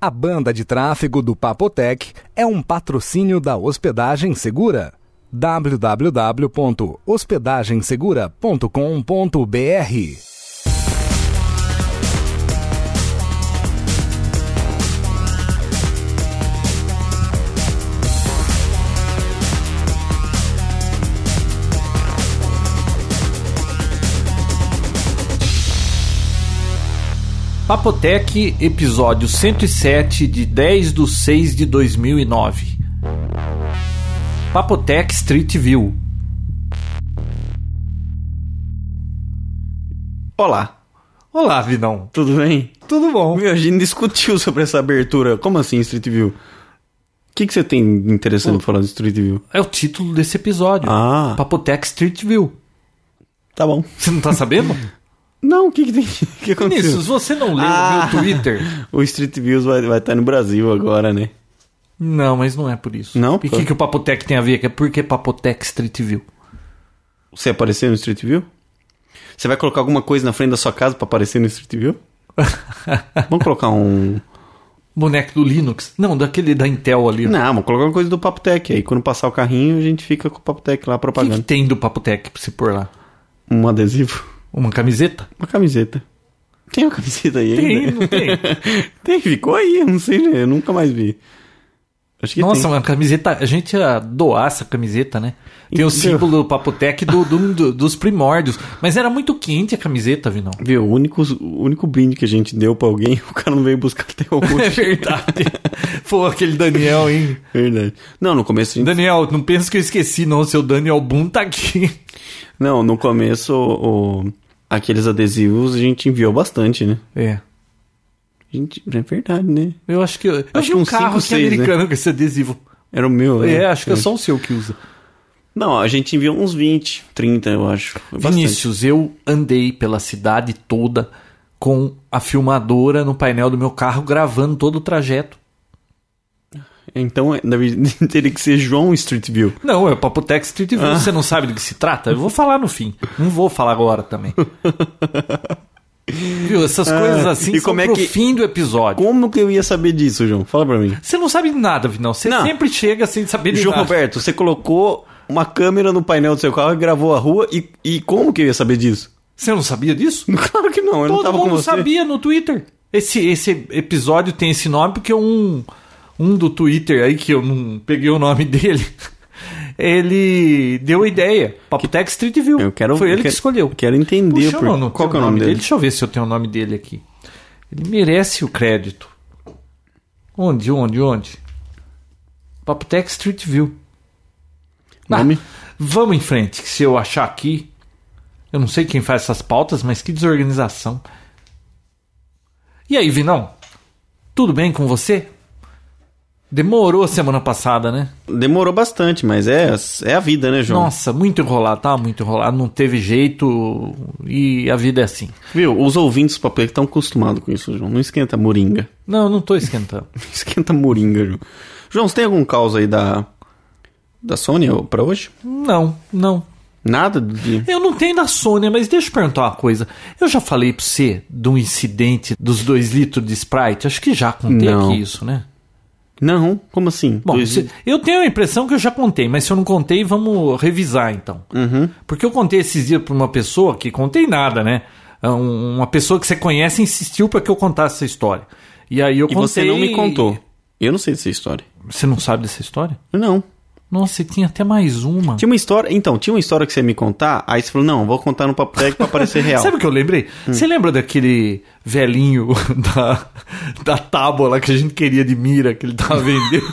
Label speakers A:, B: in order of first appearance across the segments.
A: A banda de tráfego do Papotec é um patrocínio da Hospedagem Segura. www.hospedagensegura.com.br
B: Papotec, episódio 107 de 10 de 6 de 2009. Papotec Street View. Olá. Olá, Vinão.
C: Tudo bem?
B: Tudo bom?
C: Meu, a gente discutiu sobre essa abertura. Como assim, Street View? O que, que você tem interessante
B: Hum.
C: pra falar de Street View?
B: É o título desse episódio.
C: Ah.
B: Papotec Street View.
C: Tá bom.
B: Você não tá sabendo?
C: Não, o que, que tem? O que aconteceu?
B: Vinícius, você não leu
C: Ah.
B: o meu Twitter?
C: O Street Views vai estar no Brasil agora, né?
B: Não, mas não é por isso.
C: Não?
B: E o que, que o Papotec tem a ver? É Por que Papotec Street View?
C: Você apareceu no Street View? Você vai colocar alguma coisa na frente da sua casa pra aparecer no Street View? vamos colocar um.
B: Boneco do Linux? Não, daquele da Intel ali.
C: Não, vamos colocar uma coisa do Papotec. Aí quando passar o carrinho, a gente fica com o Papotec lá
B: O que, que
C: propagando.
B: tem do Papotec pra se pôr lá?
C: Um adesivo.
B: Uma camiseta?
C: Uma camiseta. Tem uma camiseta aí ainda?
B: Tem, não tem?
C: Tem, ficou aí, eu não sei, né? eu nunca mais vi. Acho que
B: Nossa,
C: tem.
B: uma camiseta. A gente ia doar essa camiseta, né? Tem
C: Então.
B: o símbolo do Papotec do, do- do- dos primórdios. Mas era muito quente a camiseta, Vinão.
C: Viu, o único, o único brinde que a gente deu pra alguém, o cara não veio buscar até
B: É
C: hoje.
B: verdade. Pô, aquele Daniel, hein?
C: Verdade. Não, no começo a gente...
B: Daniel, não pensa que eu esqueci, não. Seu Daniel Boom tá aqui.
C: Não, no começo, o- o- aqueles adesivos a gente enviou bastante, né?
B: É.
C: A gente... É verdade, né?
B: Eu acho que. Eu
C: Acho
B: vi
C: que
B: um
C: uns
B: carro
C: cinco,
B: aqui
C: seis, né?
B: americano com esse adesivo.
C: Era o meu, né?
B: É, acho que é só o seu que usa.
C: Não, a gente enviou uns 20, 30, eu acho. Foi bastante.
B: Vinícius, eu andei pela cidade toda com a filmadora no painel do meu carro gravando todo o trajeto.
C: Então, é- na verdade, teria que ser João Street View.
B: Não, é o Papotec Street View.
C: Ah.
B: Você não sabe do que se trata? Eu vou falar no fim. Não vou falar agora também. Viu? Essas coisas assim
C: e
B: são
C: como é
B: pro
C: que-
B: fim do episódio.
C: Como que eu ia saber disso, João? Fala pra mim.
B: Você não sabe de nada, Vinão. Você
C: Não.
B: sempre chega sem saber de
C: João
B: nada.
C: Roberto, você colocou uma câmera no painel do seu carro e gravou a rua e, e como que eu ia saber disso?
B: Você não sabia disso?
C: Claro que não, eu não
B: Todo
C: tava
B: mundo
C: com você.
B: sabia no Twitter. Esse, esse episódio tem esse nome porque um, um do Twitter aí, que eu não peguei o nome dele, ele deu a ideia. Papotec Street View.
C: Eu quero,
B: Foi
C: eu
B: ele
C: quero-
B: que escolheu.
C: Quero entender
B: Puxa,
C: por-
B: eu não
C: qual que é
B: tenho
C: o nome dele.
B: Deixa eu ver se eu tenho o nome dele aqui. Ele merece o crédito. Onde, onde, onde? Papotec Street View. Ah,
C: Nome?
B: vamos em frente, que se eu achar aqui. Eu não sei quem faz essas pautas, mas que desorganização. E aí, Vinão? Tudo bem com você? Demorou semana passada, né?
C: Demorou bastante, mas é, é a vida, né, João?
B: Nossa, muito enrolado, tá? Muito enrolado, não teve jeito e a vida é assim.
C: Viu, os ouvintes do papel estão acostumados com isso, João. Não esquenta a moringa.
B: Não, eu não tô esquentando.
C: Não esquenta a moringa, João. João, você tem algum caos aí da, da Sônia pra hoje?
B: Não, não.
C: Nada de...
B: Eu não tenho da Sônia, mas deixa eu perguntar uma coisa. Eu já falei pra você de um incidente dos dois litros de Sprite? Acho que já contei
C: Não.
B: aqui isso, né?
C: Não, como assim?
B: Bom,
C: Dois-
B: se- eu tenho a impressão que eu já contei, mas se eu não contei, vamos revisar então.
C: Uhum.
B: Porque eu contei esses dias pra uma pessoa que contei nada, né? É um- Uma pessoa que você conhece insistiu pra que eu contasse essa história. E aí eu
C: E
B: contei.
C: você não me contou. Eu não sei dessa história.
B: Você não sabe dessa história?
C: Não.
B: Nossa, e tinha até mais uma.
C: Tinha uma história. Então, tinha uma história que você ia me contar, aí você falou, não, vou contar no papo técnico pra parecer real.
B: Sabe o que eu lembrei?
C: Hum.
B: Você lembra daquele velhinho da, da tábua lá que a gente queria de mira, que ele tava vendendo?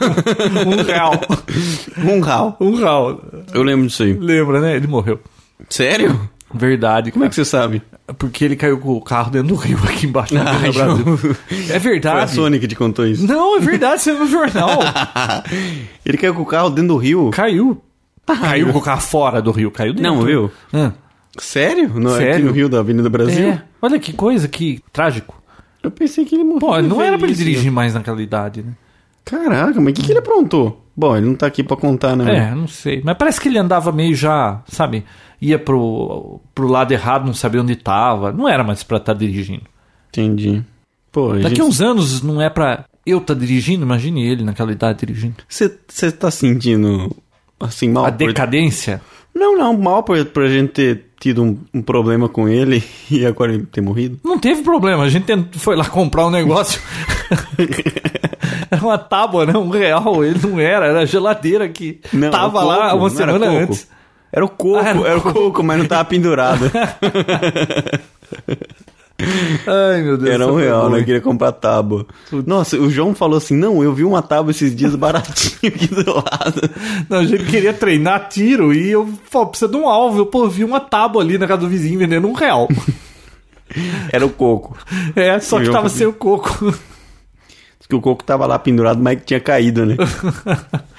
B: um real.
C: Um real.
B: Um real.
C: Eu lembro disso aí.
B: Lembra, né? Ele morreu.
C: Sério?
B: Verdade.
C: Como é que você sabe?
B: Porque ele caiu com o carro dentro do rio aqui embaixo no
C: Ah,
B: Brasil. É
C: Foi a
B: verdade.
C: Sônia que te contou isso.
B: Não, é verdade, você viu no jornal.
C: Ele caiu com o carro dentro do rio.
B: caiu. Caiu com o carro fora do rio, caiu dentro.
C: Não, viu?
B: Ah,
C: Sério? Não é aqui
B: Sério?
C: no rio da Avenida Brasil?
B: é. Olha que coisa, que trágico.
C: Eu pensei que ele morreu.
B: Pô,
C: de
B: não era pra ele
C: velhice.
B: dirigir mais naquela idade, né?
C: Caraca, mas o que, que ele aprontou? Bom, ele não tá aqui pra contar, né?
B: É, não sei. Mas parece que ele andava meio já, sabe? Ia pro, pro lado errado, não sabia onde tava. Não era mais pra estar tá dirigindo.
C: Entendi. Pô, a
B: Daqui
C: gente-
B: a uns anos não é pra eu tá dirigindo, imagine ele naquela idade dirigindo.
C: Você tá sentindo assim mal?
B: A
C: por-
B: decadência.
C: Não, não, mal por, por a gente ter tido um, um problema com ele e agora ele ter morrido.
B: Não teve problema, a gente tent- foi lá comprar um negócio. era uma tábua, né? Um real, ele não era, era a geladeira que
C: Não, era o
B: tava
C: coco,
B: lá uma
C: não era
B: semana
C: coco.
B: antes.
C: Era o coco,
B: Ah, era o
C: era, o coco, mas não tava pendurado.
B: Ai, meu Deus.
C: era
B: essa
C: um
B: foi
C: real,
B: boa,
C: né?
B: hein?
C: Queria comprar tábua. Nossa, o João falou assim: não, eu vi uma tábua esses dias baratinho aqui do lado.
B: Não, a gente queria treinar tiro e eu pô, precisa de um alvo. Eu pô, vi uma tábua ali na casa do vizinho vendendo um real.
C: Era o coco.
B: É, só que
C: Eu
B: tava
C: vi.
B: sem o coco.
C: Diz que o coco tava lá pendurado, mas que tinha caído, né?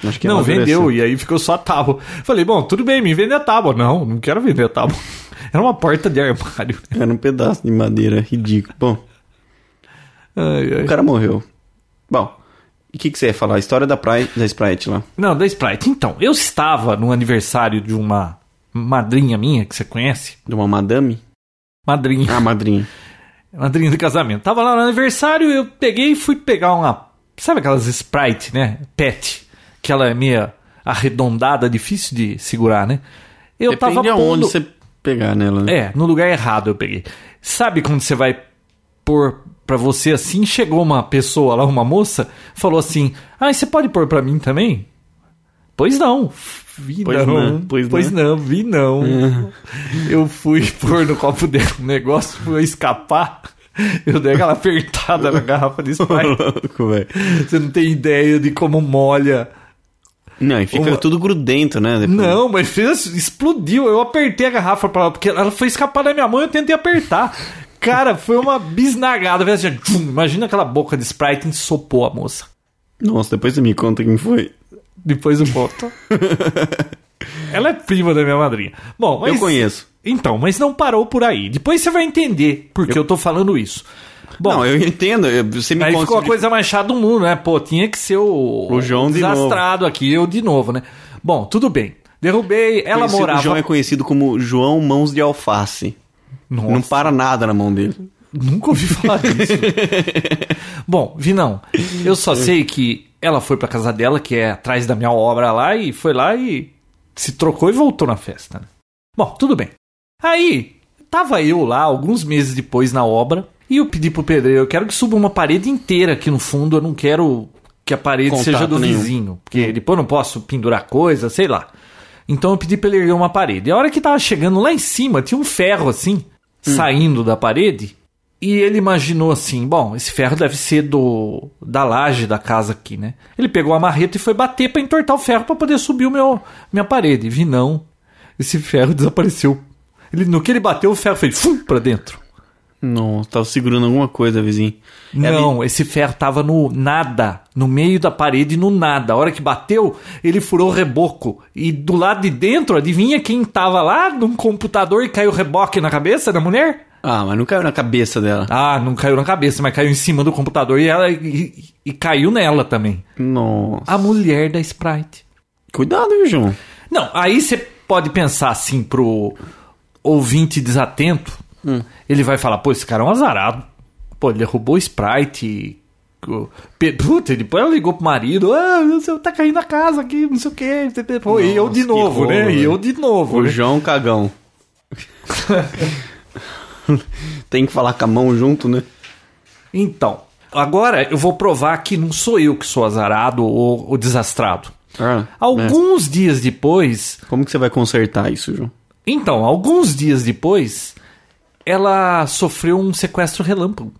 C: Acho
B: não,
C: amadureceu.
B: vendeu e aí ficou só a tábua. Falei, bom, tudo bem, me vende a tábua. Não, não quero vender a tábua. Era uma porta de armário.
C: Era um pedaço de madeira ridículo. Bom,
B: Ai, ai.
C: o cara morreu. Bom, e o que, que você ia falar? A história da, praia, da Sprite lá.
B: Não, da Sprite. Então, eu estava no aniversário de uma madrinha minha que você conhece.
C: De uma madame?
B: Madrinha.
C: Ah, madrinha.
B: Madrinha de casamento. Tava lá no aniversário, eu peguei e fui pegar uma. Sabe aquelas Sprite, né? Pet. Que ela é meio arredondada, difícil de segurar, né? Eu
C: Depende
B: tava
C: aonde
B: pondo...
C: você pegar nela, né?
B: É, no lugar errado eu peguei. Sabe quando você vai pôr pra você assim? Chegou uma pessoa lá, uma moça, falou assim: Ah, você pode pôr pra mim também? Pois não. Vi
C: Pois
B: não,
C: não,
B: Pois,
C: pois
B: não. vi não. Eu fui pôr no copo dela um negócio, fui escapar. Eu dei aquela apertada na garrafa de Sprite.
C: Louco, velho.
B: Você não tem ideia de como molha.
C: Não, e fica
B: Uma-
C: tudo grudento, né? Depois.
B: Não, mas fez, assim, explodiu. Eu apertei a garrafa pra ela, porque ela foi escapar da minha mão e eu tentei apertar. Cara, foi uma bisnagada. fez assim, tchum. Imagina aquela boca de Sprite ensopou a moça.
C: Nossa, depois você me conta quem foi.
B: Depois eu volto. ela é prima da minha madrinha. Bom, mas,
C: Eu conheço.
B: Então, mas não parou por aí. Depois você vai entender por que eu, tô falando isso. Bom,
C: não, eu entendo. eu- Você me
B: Aí
C: conta.
B: ficou a
C: sobre-
B: coisa mais chata do mundo, né? Pô, tinha que ser o,
C: O João de
B: desastrado aqui, eu de novo, né? Bom, tudo bem. Derrubei, ela
C: Conhecido-
B: morava.
C: O João é conhecido como João Mãos de Alface.
B: Nossa,
C: Não para nada na mão dele.
B: nunca ouvi falar disso. Bom, Vinão, eu só
C: É.
B: sei que ela foi pra casa dela, que é atrás da minha obra lá, e foi lá e se trocou e voltou na festa. né? Bom, tudo bem. Aí, tava eu lá alguns meses depois na obra, e eu pedi pro pedreiro, eu quero que suba uma parede inteira aqui no fundo, eu não quero que a parede
C: Contato
B: seja do
C: nenhum.
B: vizinho, porque depois eu não posso pendurar coisa, sei lá. Então eu pedi pra ele erguer uma parede. E a hora que tava chegando lá em cima, tinha um ferro assim, saindo da parede, e ele imaginou assim, bom, esse ferro deve ser do da laje da casa aqui, né? Ele pegou a marreta e foi bater pra entortar o ferro pra poder subir o meu minha parede. Vi não. Esse ferro desapareceu. Ele no que ele bateu o ferro fez fum para dentro.
C: Nossa, tava segurando alguma coisa, vizinho. É a vi-
B: Não, esse ferro tava no nada, no meio da parede, no nada. A hora que bateu, ele furou o reboco. E do lado de dentro, adivinha quem tava lá num computador e caiu o reboque na cabeça da mulher?
C: Ah, mas não caiu na cabeça dela.
B: Ah, não caiu na cabeça, mas caiu em cima do computador e ela e, e caiu nela também.
C: Nossa.
B: A mulher da Sprite.
C: Cuidado, viu, João?
B: Não, aí você pode pensar assim pro ouvinte desatento,
C: Hum.
B: ele vai falar, pô, esse cara é um azarado. Pô, ele derrubou Sprite. o pe- Puta, depois ela ligou pro marido, ah, você tá caindo a casa aqui, não sei o quê. Pô, e eu
C: Nossa,
B: de
C: que
B: novo,
C: rolo,
B: né? E eu
C: velho.
B: de novo.
C: O
B: né?
C: João Cagão. Tem que falar com a mão junto, né?
B: Então, agora eu vou provar que não sou eu que sou azarado ou, ou desastrado.
C: Ah, né?
B: Alguns dias depois,
C: Como que você vai consertar isso, João?
B: Então, alguns dias depois, ela sofreu um sequestro relâmpago.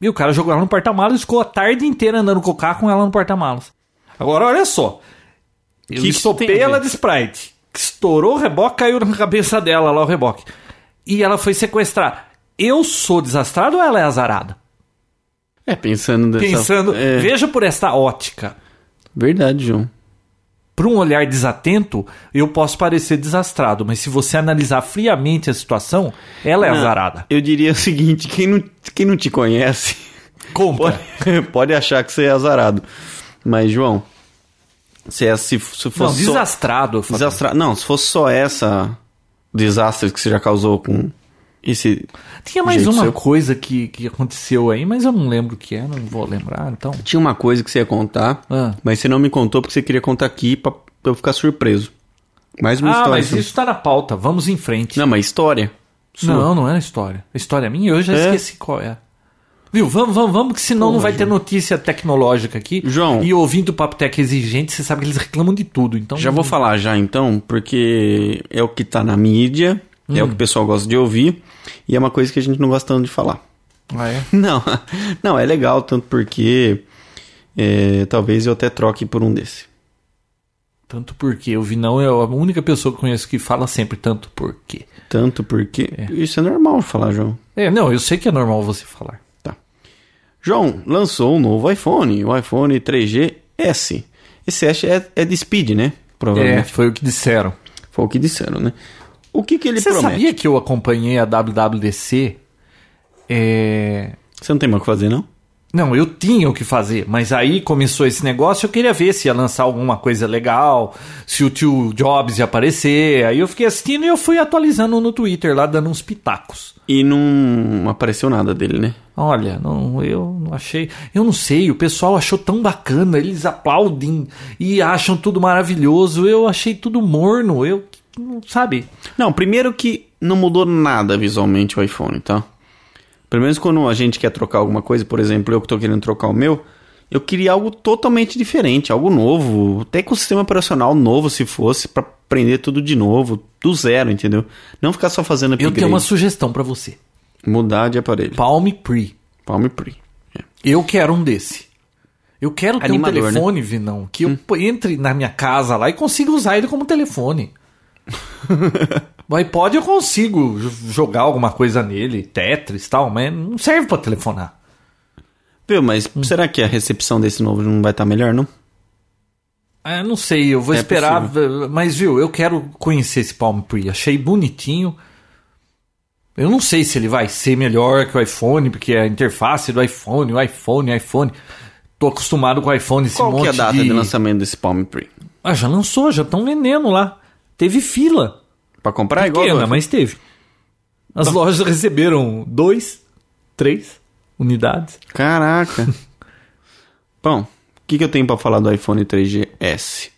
B: E o cara jogou ela no porta-malas e ficou a tarde inteira andando com o carro com ela no porta-malas. Agora, olha só. Eu
C: Que que
B: estopei
C: tem a
B: ela
C: ver?
B: de Sprite. que Estourou o reboque, caiu na cabeça dela lá o reboque. E ela foi sequestrar. Eu sou desastrado ou ela é azarada?
C: É, pensando dessa...
B: Pensando,
C: É,
B: veja por esta ótica.
C: Verdade, João.
B: Por um olhar desatento, eu posso parecer desastrado, mas se você analisar friamente a situação, ela é
C: Não,
B: azarada.
C: Eu diria o seguinte, quem não, quem não te conhece
B: Compra.
C: pode, pode achar que você é azarado. Mas, João, se, é- se, se
B: Não,
C: fosse só...
B: desastrado. eu falo.
C: Desastra... Não, se fosse só essa desastre que você já causou com Esse.
B: Tinha mais
C: Jeito
B: uma
C: seu.
B: é coisa que, que aconteceu aí, mas eu não lembro o que é, não vou lembrar, então.
C: Tinha uma coisa que você ia contar,
B: Ah.
C: mas você não me contou porque você queria contar aqui pra, pra eu ficar surpreso. Mais uma
B: Ah,
C: história.
B: mas isso tá na pauta, vamos em frente.
C: Não, mas história. Sua.
B: Não, não era história. A história é minha, eu já
C: É?
B: esqueci qual é. Viu? Vamos, vamos, vamos, que senão não vai ter notícia tecnológica aqui.
C: João.
B: E ouvindo o Papo Tech exigente, você sabe que eles reclamam de tudo, então.
C: Já vou falar já então, porque é o que tá na mídia, é o
B: Hum.
C: que o pessoal gosta de ouvir, e é uma coisa que a gente não gosta tanto de falar.
B: Ah, é?
C: Não, não, é legal, tanto porque é, talvez eu até troque por um desse.
B: Tanto porque o Vinão é a única pessoa que eu conheço que fala sempre tanto porque.
C: Tanto porque. Isso é normal falar, João.
B: É, não, eu sei que é normal você falar.
C: Tá. João lançou um novo iPhone, o iPhone 3G S. Esse S é, é de speed, né?
B: É,
C: Provavelmente.
B: foi o que disseram.
C: Foi o que disseram, né? O que, que ele
B: É. Você
C: promete?
B: sabia que eu acompanhei a WWDC? É,
C: Você não tem mais o que fazer, não?
B: Não, eu tinha o que fazer, mas aí começou esse negócio, eu queria ver se ia lançar alguma coisa legal, se o tio Jobs ia aparecer. Aí eu fiquei assistindo e eu fui atualizando no Twitter lá, dando uns pitacos.
C: E não apareceu nada dele, né?
B: Olha, não, eu não achei. Eu não sei, o pessoal achou tão bacana, eles aplaudem e acham tudo maravilhoso. Eu achei tudo morno, eu não sabe.
C: Não, primeiro que não mudou nada visualmente o iPhone, tá? Pelo menos quando a gente quer trocar alguma coisa, por exemplo, eu que tô querendo trocar o meu, eu queria algo totalmente diferente, algo novo, até com o sistema operacional novo se fosse, pra aprender tudo de novo, do zero, entendeu? Não ficar só fazendo
B: Eu
C: upgrade,
B: tenho uma sugestão pra você.
C: mudar de aparelho.
B: Palm Pre.
C: Palm Pre. É.
B: Eu quero um desse. Eu quero ter
C: Animador, né? Hum.
B: um telefone, Vinão, que eu pô- entre na minha casa lá e consiga usar ele como telefone. o iPod eu consigo jo- jogar alguma coisa nele, Tetris e tal, mas não serve pra telefonar.
C: Viu, mas
B: Hum.
C: será que a recepção desse novo não vai estar melhor, não?
B: Ah, não sei, eu vou
C: É
B: esperar, v- mas viu, eu quero conhecer esse Palm Pre, achei bonitinho. Eu não sei se ele vai ser melhor que o iPhone, porque a interface do iPhone, o iPhone, o iPhone. Tô acostumado com o iPhone, esse
C: Qual
B: monte
C: que é a data de...
B: de
C: lançamento desse Palm Pre?
B: Ah, já lançou, já estão vendendo lá. Teve fila.
C: Pra comprar igual
B: Pequena,
C: do-
B: mas teve. As
C: Tá.
B: lojas receberam dois, três unidades.
C: Caraca. Bom, o que, que eu tenho pra falar do iPhone 3GS?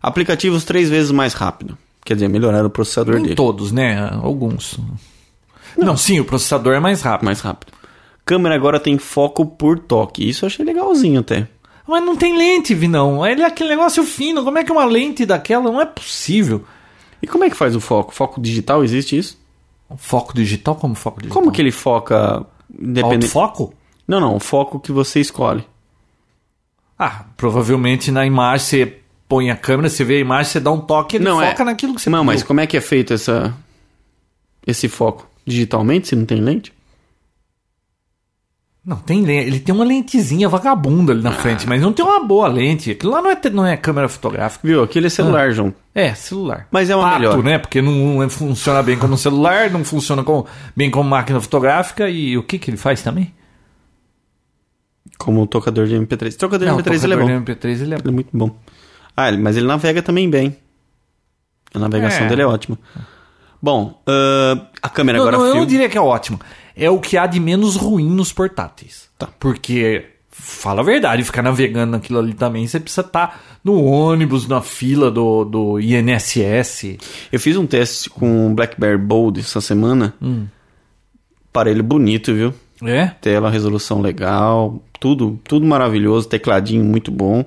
C: Aplicativos três vezes mais rápido. Quer dizer, melhoraram o processador
B: Nem
C: dele.
B: todos, né? Alguns. Não. sim, o processador é mais rápido.
C: Mais rápido. Câmera agora tem foco por toque. Isso eu achei legalzinho até.
B: Mas não tem lente, Vinão. Ele é aquele negócio fino. Como é que uma lente daquela? Não é possível.
C: E como é que faz o foco? Foco digital, existe isso?
B: Foco digital? Como foco digital?
C: Como que é ele foca independente?
B: Autofoco?
C: Não, não, o foco que você escolhe.
B: Ah, provavelmente na imagem você põe a câmera, você vê a imagem, você dá um toque e ele
C: não
B: foca
C: é.
B: naquilo que você
C: Não, mas
B: pediu.
C: como é que é feito essa esse foco? Digitalmente, se não tem lente?
B: Não, tem lente. Ele tem uma lentezinha vagabunda ali na
C: Ah.
B: frente, mas não tem uma boa lente. Aquilo lá não é, te- não é câmera fotográfica.
C: Viu? Aquele é celular, João.
B: É, celular.
C: Mas é uma
B: Pato,
C: melhor.
B: né? Porque não, não funciona bem como celular, não funciona com, bem como máquina fotográfica. E o que, que ele faz também?
C: Como o tocador de MP3. Tocador de
B: Não,
C: MP3 ele é
B: tocador
C: bom.
B: de MP3 ele é
C: Ele é muito bom. Ah, ele- mas ele navega também bem. A navegação
B: É.
C: dele é ótima. Bom, ahn, a câmera
B: Não,
C: agora
B: não, eu
C: filma.
B: não diria que é ótimo. É o que há de menos ruim nos portáteis.
C: Tá.
B: Porque, fala a verdade, ficar navegando naquilo ali também, você precisa estar no ônibus, na fila do, do INSS.
C: Eu fiz um teste com o BlackBerry Bold essa semana.
B: Hum.
C: Aparelho bonito, viu?
B: É?
C: Tela, resolução legal, tudo, tudo maravilhoso, tecladinho muito bom.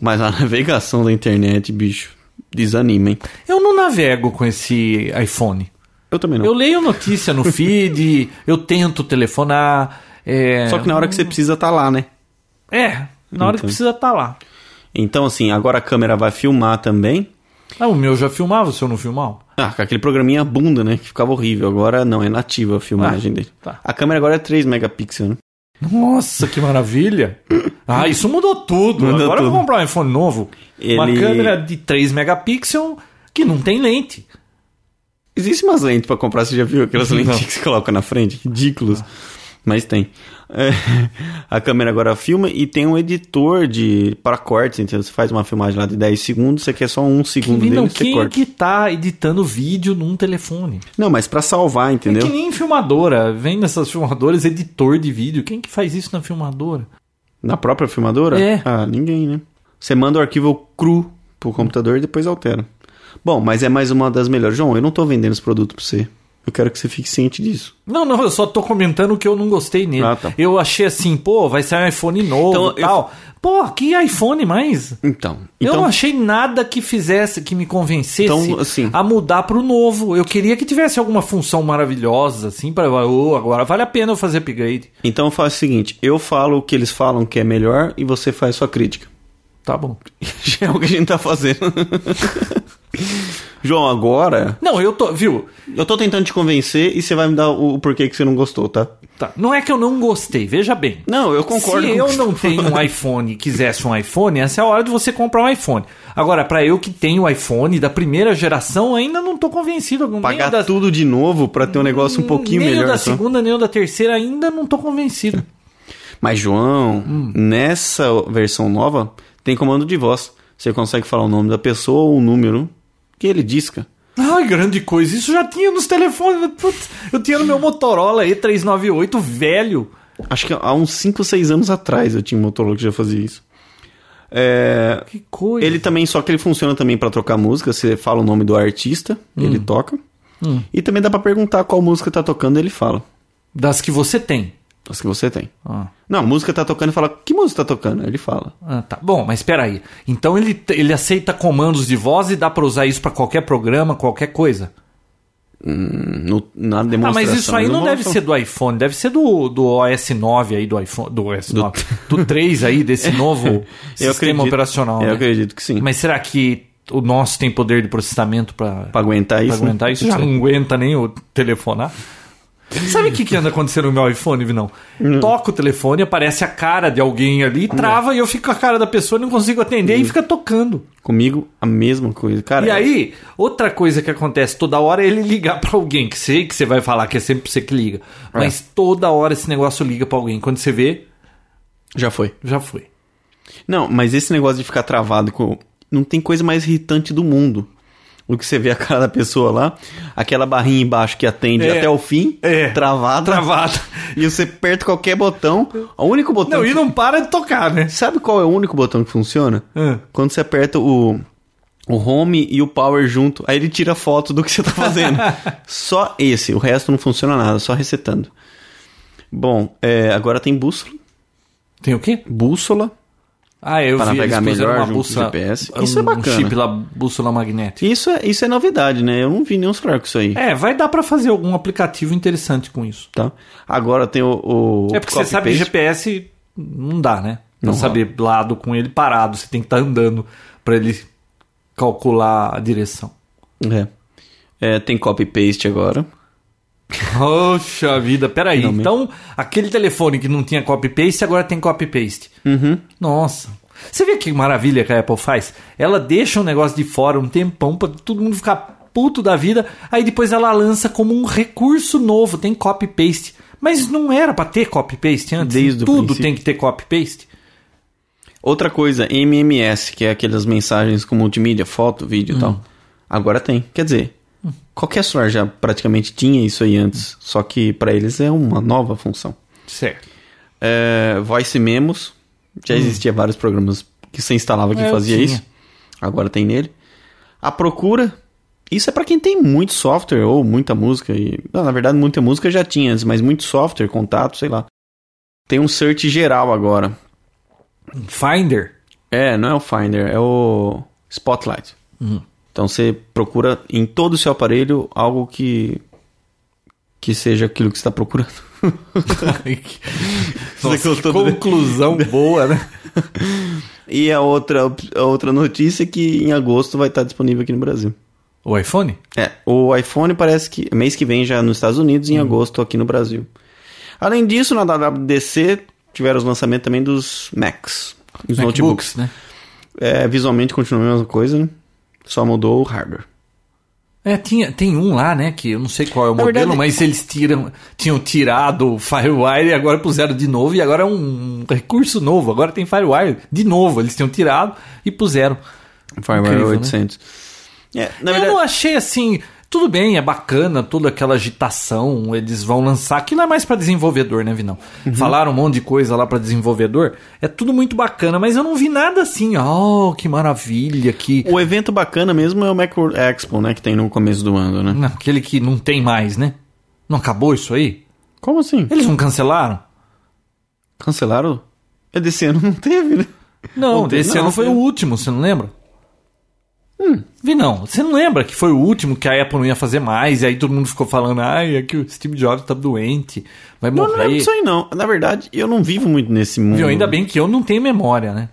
C: Mas a navegação da internet, bicho, desanima, hein?
B: Eu não navego com esse iPhone.
C: Eu também não.
B: Eu leio notícia no feed, eu tento telefonar. É,
C: Só que na hora que você precisa tá lá, né?
B: É, na hora que
C: Então.
B: precisa estar lá.
C: Então, assim, agora a câmera vai filmar também.
B: Ah, o meu já filmava, o seu não filmava?
C: Ah, com aquele programinha bunda, né? Que ficava horrível. Agora não, é nativa a filmagem
B: Ah,
C: dele.
B: tá.
C: A câmera agora é 3 megapixels, né?
B: Nossa, que maravilha! Ah, isso mudou tudo.
C: Mudou
B: Agora eu
C: tudo.
B: vou comprar um iPhone novo. Uma
C: Ele-
B: câmera de 3 megapixels que não tem lente.
C: Existe umas lentes pra comprar, você já viu aquelas
B: Não. Ah.
C: lentes que você coloca na frente? Ridículas. Mas tem. É, a câmera agora filma e tem um editor de para cortes, entendeu? Você faz uma filmagem lá de 10 segundos, você quer só um segundo
B: Quem,
C: dele,
B: não,
C: você
B: quem
C: corta.
B: que tá editando vídeo num telefone?
C: Não, mas pra salvar, entendeu?
B: É que nem filmadora. Vem nessas filmadoras editor de vídeo. Quem que faz isso na filmadora?
C: Na própria filmadora?
B: É.
C: Ah, ninguém, né? Você manda o arquivo cru pro computador e depois altera. Bom, mas é mais uma das melhores. João, eu não tô vendendo esse produto pra você. Eu quero que você fique ciente disso.
B: Não, não, eu só tô comentando que eu não gostei nele.
C: Ah, tá.
B: Eu achei assim, pô, vai sair um iPhone novo
C: Então,
B: e tal. Pô, que iPhone mais?
C: Então,
B: eu
C: então
B: não achei nada que fizesse, que me convencesse
C: Então, assim-
B: a mudar pro novo. Eu queria que tivesse alguma função maravilhosa, assim, para oh, agora vale a pena eu fazer upgrade.
C: Então eu faço o seguinte, eu falo o que eles falam que é melhor e você faz sua crítica.
B: Tá bom.
C: Já é o que a gente tá fazendo. João, agora
B: Não, eu tô, viu?
C: eu tô tentando te convencer e você vai me dar o, o porquê que você não gostou, tá?
B: Tá, Não é que eu não gostei, veja bem.
C: Não, eu concordo
B: Se
C: com
B: eu
C: você.
B: não tenho um iPhone e quisesse um iPhone, essa é a hora de você comprar um iPhone. Agora, pra eu que tenho o iPhone da primeira geração, ainda não tô convencido. Nem o
C: Pagar
B: da-
C: tudo de novo pra ter um negócio um pouquinho
B: nem o
C: melhor.
B: da
C: só.
B: segunda, nem o da terceira, ainda não tô convencido.
C: Mas, João,
B: Hum.
C: nessa versão nova, tem comando de voz. Você consegue falar o nome da pessoa ou o número que ele disca.
B: Ai, grande coisa. Isso já tinha nos telefones. Putz, eu tinha no meu Motorola E398 velho.
C: Acho que há uns 5, 6 anos atrás eu tinha um Motorola que já fazia isso. É,
B: Que coisa.
C: ele também, só que ele funciona também pra trocar música. Você fala o nome do artista,
B: Hum.
C: ele toca. E também dá pra perguntar qual música tá tocando, ele fala.
B: Das que você tem.
C: As que você tem.
B: Ah,
C: Não, a música tá tocando e fala, que música tá tocando? Aí Ele fala.
B: ah, tá. Bom, mas espera aí. Então ele, t- ele aceita comandos de voz e dá pra usar isso pra qualquer programa, qualquer coisa.
C: No- na
B: Ah,
C: demonstração.
B: mas isso aí
C: eu
B: não
C: vou
B: deve
C: falar.
B: ser do iPhone, deve ser do, do OS 9 aí, do iPhone, do OS 9, do 3 aí, desse novo
C: É. Eu
B: sistema
C: acredito,
B: operacional.
C: Eu
B: né?
C: acredito que sim.
B: Mas será que o nosso tem poder de processamento pra
C: Pra aguentar isso.
B: Pra aguentar isso,
C: né?
B: já não aguenta nem o telefonar. Sabe o que, que anda acontecendo no meu iPhone, Vinão?
C: Hum.
B: Toca o telefone, aparece a cara de alguém ali, trava e eu fico com a cara da pessoa, não consigo atender
C: Hum.
B: e fica tocando.
C: Comigo, a mesma coisa. Cara,
B: E aí, outra coisa que acontece toda hora é ele ligar pra alguém, que sei que você vai falar que é sempre você que liga. Mas toda hora esse negócio liga pra alguém. Quando você vê,
C: já foi.
B: já foi.
C: Não, mas esse negócio de ficar travado com. Não tem coisa mais irritante do mundo. O que você vê a cara da pessoa lá, aquela barrinha embaixo que atende
B: É.
C: até o fim,
B: É.
C: travada.
B: Travado.
C: E você aperta qualquer botão. O único botão.
B: Não, e
C: que-
B: não para de tocar, né?
C: Sabe qual é o único botão que funciona?
B: Ah.
C: Quando você aperta o. O home e o power junto, aí ele tira foto do que você tá fazendo. só esse, o resto não funciona nada, só resetando. Bom, é, agora tem bússola.
B: Tem o quê?
C: Bússola.
B: Ah, eu
C: Pra
B: vi, eles
C: navegar
B: puseram uma
C: melhor junto com o
B: bússola,
C: GPS.
B: um-
C: Isso é bacana.
B: Um chip lá, bússola magnética.
C: Isso é, isso é novidade, né? Eu não vi nenhum celular com isso aí.
B: É, vai dar pra fazer algum aplicativo interessante com isso.
C: Tá? Agora tem o. o
B: é porque você
C: copy
B: sabe que
C: paste.
B: GPS não dá, né? Pra
C: Não
B: saber lado com ele parado, você tem que estar andando pra ele calcular a direção.
C: É. É, tem copy paste agora.
B: Poxa vida, peraí.
C: Finalmente.
B: Então, aquele telefone que não tinha copy-paste, agora tem copy-paste.
C: Uhum.
B: Nossa. Você vê que maravilha que a Apple faz? Ela deixa um negócio de fora um tempão pra todo mundo ficar puto da vida, aí depois ela lança como um recurso novo, tem copy-paste. Mas não era pra ter copy-paste antes?
C: Desde o
B: Tudo
C: princípio.
B: tem que ter copy-paste?
C: Outra coisa, MMS, que é aquelas mensagens com multimídia, foto, vídeo
B: Hum.
C: e tal. Agora tem. Quer dizer, qualquer celular já praticamente tinha isso aí antes. Só que pra eles é uma nova função.
B: Certo.
C: É, Voice Memos. Já existia vários programas que você instalava que
B: Hum. É, eu
C: fazia
B: tinha.
C: isso. Agora tem nele. A procura. Isso é pra quem tem muito software ou muita música. E, não, na verdade, muita música já tinha antes, mas muito software, contato, sei lá. Tem um search geral agora.
B: Um Finder?
C: É, não é o Finder, é o Spotlight.
B: Uhum.
C: Então você procura em todo o seu aparelho algo que que seja aquilo que você está procurando.
B: Ai, que- Nossa, que
C: gostou do-
B: conclusão boa, né?
C: E a outra, op- a outra notícia é que em agosto vai estar disponível aqui no Brasil.
B: O iPhone?
C: É, Uhum. o iPhone parece que mês que vem já nos Estados Unidos, em agosto aqui no Brasil. Além disso, na WWDC tiveram os lançamentos também dos Macs, os notebooks.
B: né?
C: É, visualmente continua a mesma coisa, né? só mudou o hardware.
B: É, tinha, tem um lá, né, que eu não sei qual é o
C: Na
B: modelo,
C: verdade-
B: mas eles tiram, tinham tirado o Firewire e agora puseram de novo, e agora é um recurso novo, agora tem Firewire de novo, eles tinham tirado e puseram.
C: Firewire
B: Incrível, né?
C: 800. É, na
B: eu não
C: verdade,
B: achei assim, tudo bem, é bacana toda aquela agitação, eles vão lançar, aquilo é mais pra desenvolvedor, né, Vinão?
C: Uhum.
B: Falaram um monte de coisa lá pra desenvolvedor, é tudo muito bacana, mas eu não vi nada assim, oh, que maravilha, que...
C: o evento bacana mesmo é o Macro Expo, né? Que tem no começo do ano, né?
B: Não, aquele que não tem mais, né? Não acabou isso aí?
C: Como assim?
B: Eles não cancelaram?
C: Cancelaram? É desse ano não teve, né?
B: Não,
C: Ontem-
B: esse
C: não,
B: ano foi
C: foi-
B: o último, você não lembra?
C: Hum.
B: Vi não, você não lembra que foi o último que a Apple não ia fazer mais, e aí todo mundo ficou falando, ai, é que o Steve Jobs tá doente, vai
C: Não, não é
B: morrer.
C: isso aí, não. Na verdade, eu não vivo muito nesse mundo.
B: Viu, ainda bem que eu não tenho memória, né?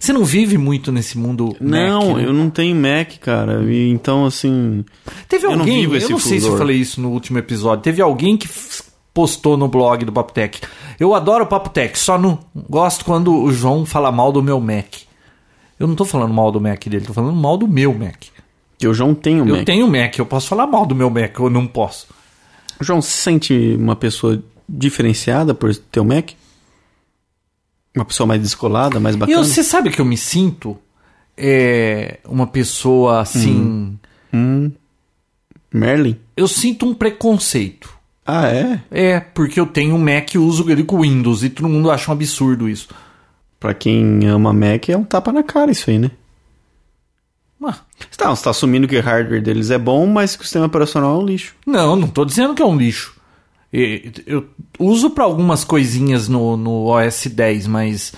B: Você não vive muito nesse mundo
C: Não,
B: Mac, né?
C: eu não tenho Mac, cara. E então, assim.
B: Teve
C: eu não
B: alguém,
C: vivo
B: eu
C: esse
B: não sei se eu
C: fulgor.
B: falei isso no último episódio, teve alguém que f- postou no blog do Papo Tech. Eu adoro o Papo Tech, só não gosto quando o João fala mal do meu Mac. Eu não tô falando mal do Mac dele, tô falando mal do meu Mac.
C: que Eu já não tenho
B: Eu
C: Mac.
B: tenho um Mac, eu posso falar mal do meu Mac, eu não posso.
C: O João se sente uma pessoa diferenciada por ter o Mac? Uma pessoa mais descolada, mais
B: E
C: bacana?
B: eu- você sabe que eu me sinto é, uma pessoa assim.
C: Hum. Merlin?
B: Eu sinto um preconceito.
C: Ah, é?
B: É, porque eu tenho um Mac e uso ele com Windows, e todo mundo acha um absurdo isso.
C: Pra quem ama Mac, é um tapa na cara isso aí, né?
B: Ah,
C: Tá, você tá assumindo que o hardware deles é bom, mas que o sistema operacional é um lixo.
B: Não, não tô dizendo que é um lixo. E- Eu uso para algumas coisinhas no, no OS 10, mas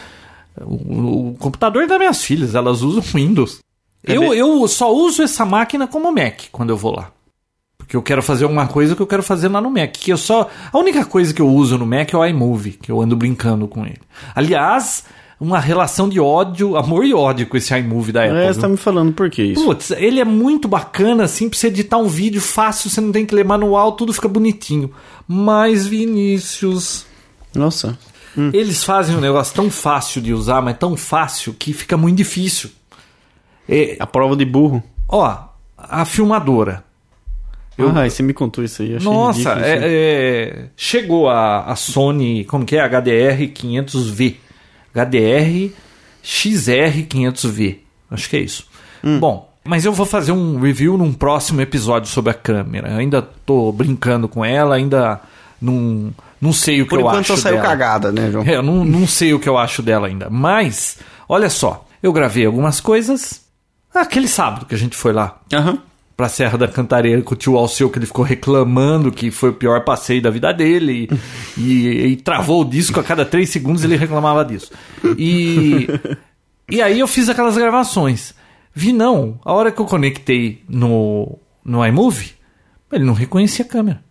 B: o, o computador das minhas filhas, elas usam Windows.
C: Cadê?
B: Eu, eu só uso essa máquina como Mac quando eu vou lá. Porque eu quero fazer alguma coisa que eu quero fazer lá no Mac. Que eu só. A única coisa que eu uso no Mac é o iMovie, que eu ando brincando com ele. Aliás, uma relação de ódio, amor e ódio com esse iMovie da Apple.
C: é,
B: viu?
C: você tá me falando por que isso?
B: Putz, ele é muito bacana, assim, pra você editar um vídeo fácil, você não tem que ler manual, tudo fica bonitinho. Mas, Vinícius,
C: Nossa.
B: eles fazem um negócio tão fácil de usar, mas tão fácil que fica muito difícil. É,
C: A prova de burro.
B: ó, a filmadora. Eu-
C: Ah, você me contou isso aí. Achei
B: Nossa,
C: ridículo, isso aí.
B: é- é, chegou a, a Sony, como que é? HDR500V. HDR XR500V. Acho que é isso.
C: Hum.
B: Bom, mas eu vou fazer um review num próximo episódio sobre a câmera. Eu ainda tô brincando com ela, ainda não, não sei o que
C: Por
B: eu acho
C: enquanto eu saio
B: dela.
C: cagada, né, João?
B: É, eu não, não sei o que eu acho dela ainda. Mas, olha só, eu gravei algumas coisas. Aquele sábado que a gente foi lá
C: Aham.
B: pra Serra da Cantareira com o tio Alceu, que ele ficou reclamando que foi o pior passeio da vida dele e, e- e travou o disco a cada três segundos ele reclamava disso. E, e aí eu fiz aquelas gravações. Vi não, a hora que eu conectei no, no iMovie, ele não reconhecia a câmera.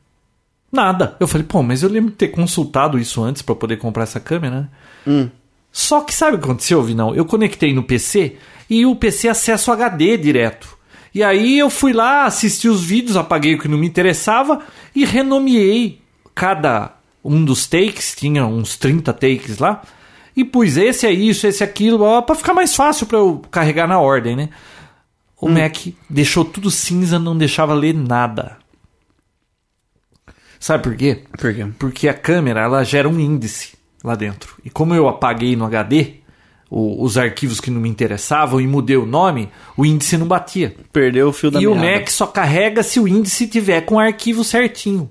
B: Nada. Eu falei, pô, mas eu lembro de ter consultado isso antes pra poder comprar essa câmera, né? Só que sabe o que aconteceu, Vinão? Eu conectei no PC e o PC acessa o HD direto. E aí eu fui lá, assisti os vídeos, apaguei o que não me interessava e renomeei cada um dos takes, tinha uns 30 takes lá, e pus esse é isso, esse é aquilo, ó, pra ficar mais fácil pra eu carregar na ordem, né? O Mac deixou tudo cinza, não deixava ler nada. Sabe por quê?
C: Por quê?
B: Porque a câmera ela gera um índice lá dentro. E como eu apaguei no HD o- os arquivos que não me interessavam e mudei o nome, o índice não batia.
C: Perdeu o fio da
B: e o
C: meada.
B: Mac só carrega se o índice tiver com o arquivo certinho.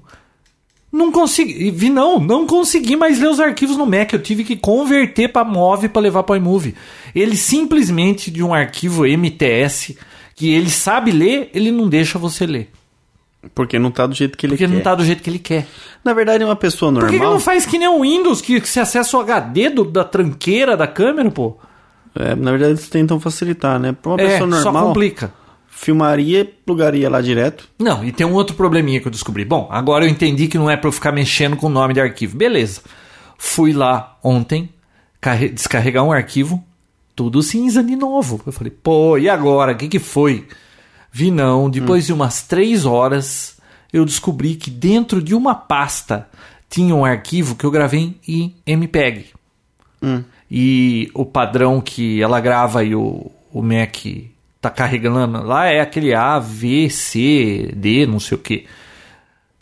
B: Não consegui, vi não, não consegui mais ler os arquivos no Mac, eu tive que converter para MOV para levar para iMovie. Ele simplesmente de um arquivo MTS que ele sabe ler, ele não deixa você ler,
C: Porque não tá do jeito que ele
B: porque
C: quer.
B: não tá do jeito que ele quer.
C: Na verdade, uma pessoa
B: Por
C: normal...
B: que, que não faz que nem o Windows, que, que você acessa o HD do- da tranqueira da câmera, pô?
C: É, na verdade, eles tentam facilitar, né? Pra uma
B: é,
C: pessoa
B: só
C: normal,
B: complica.
C: filmaria e plugaria lá direto.
B: Não, e tem um outro probleminha que eu descobri. Bom, agora eu entendi que não é pra eu ficar mexendo com o nome de arquivo. Beleza. Fui lá ontem carre- descarregar um arquivo, tudo cinza de novo. Eu falei, pô, e agora? O que, que foi? Vi não, depois de umas três horas, eu descobri que dentro de uma pasta tinha um arquivo que eu gravei em MPEG. E o padrão que ela grava e o, o Mac tá carregando lá é aquele A, V, C, D, não sei o que.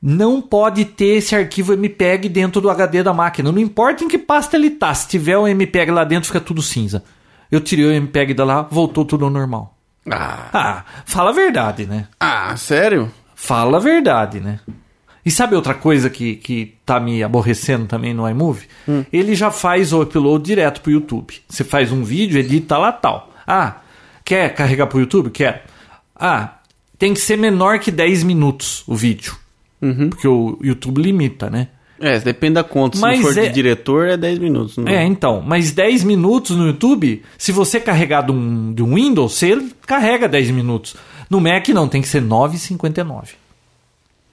B: Não pode ter esse arquivo MPEG dentro do HD da máquina. Não importa em que pasta ele tá. Se tiver um MPEG lá dentro, fica tudo cinza. Eu tirei o MPEG da lá, voltou tudo ao normal.
C: Ah,
B: Ah, fala a verdade, né?
C: ah, sério?
B: Fala a verdade, né? E sabe outra coisa que, que tá me aborrecendo também no iMovie? Ele já faz o upload direto pro YouTube. Você faz um vídeo, edita lá tal. Ah, quer carregar pro YouTube? Quer. Ah, tem que ser menor que 10 minutos o vídeo. Porque o YouTube limita, né?
C: É, depende da conta. Se
B: Mas
C: não for
B: é-
C: de diretor, é 10 minutos. Não
B: É, então. Mas 10 minutos no YouTube, se você carregar de um, de um Windows, você carrega 10 minutos. No Mac não, tem que ser 9,59.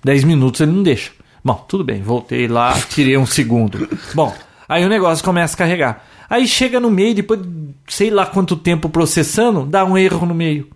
B: 10 minutos ele não deixa. Bom, tudo bem, voltei lá, tirei um segundo. Bom, aí o negócio começa a carregar. Aí chega no meio, depois de sei lá quanto tempo processando, dá um erro no meio.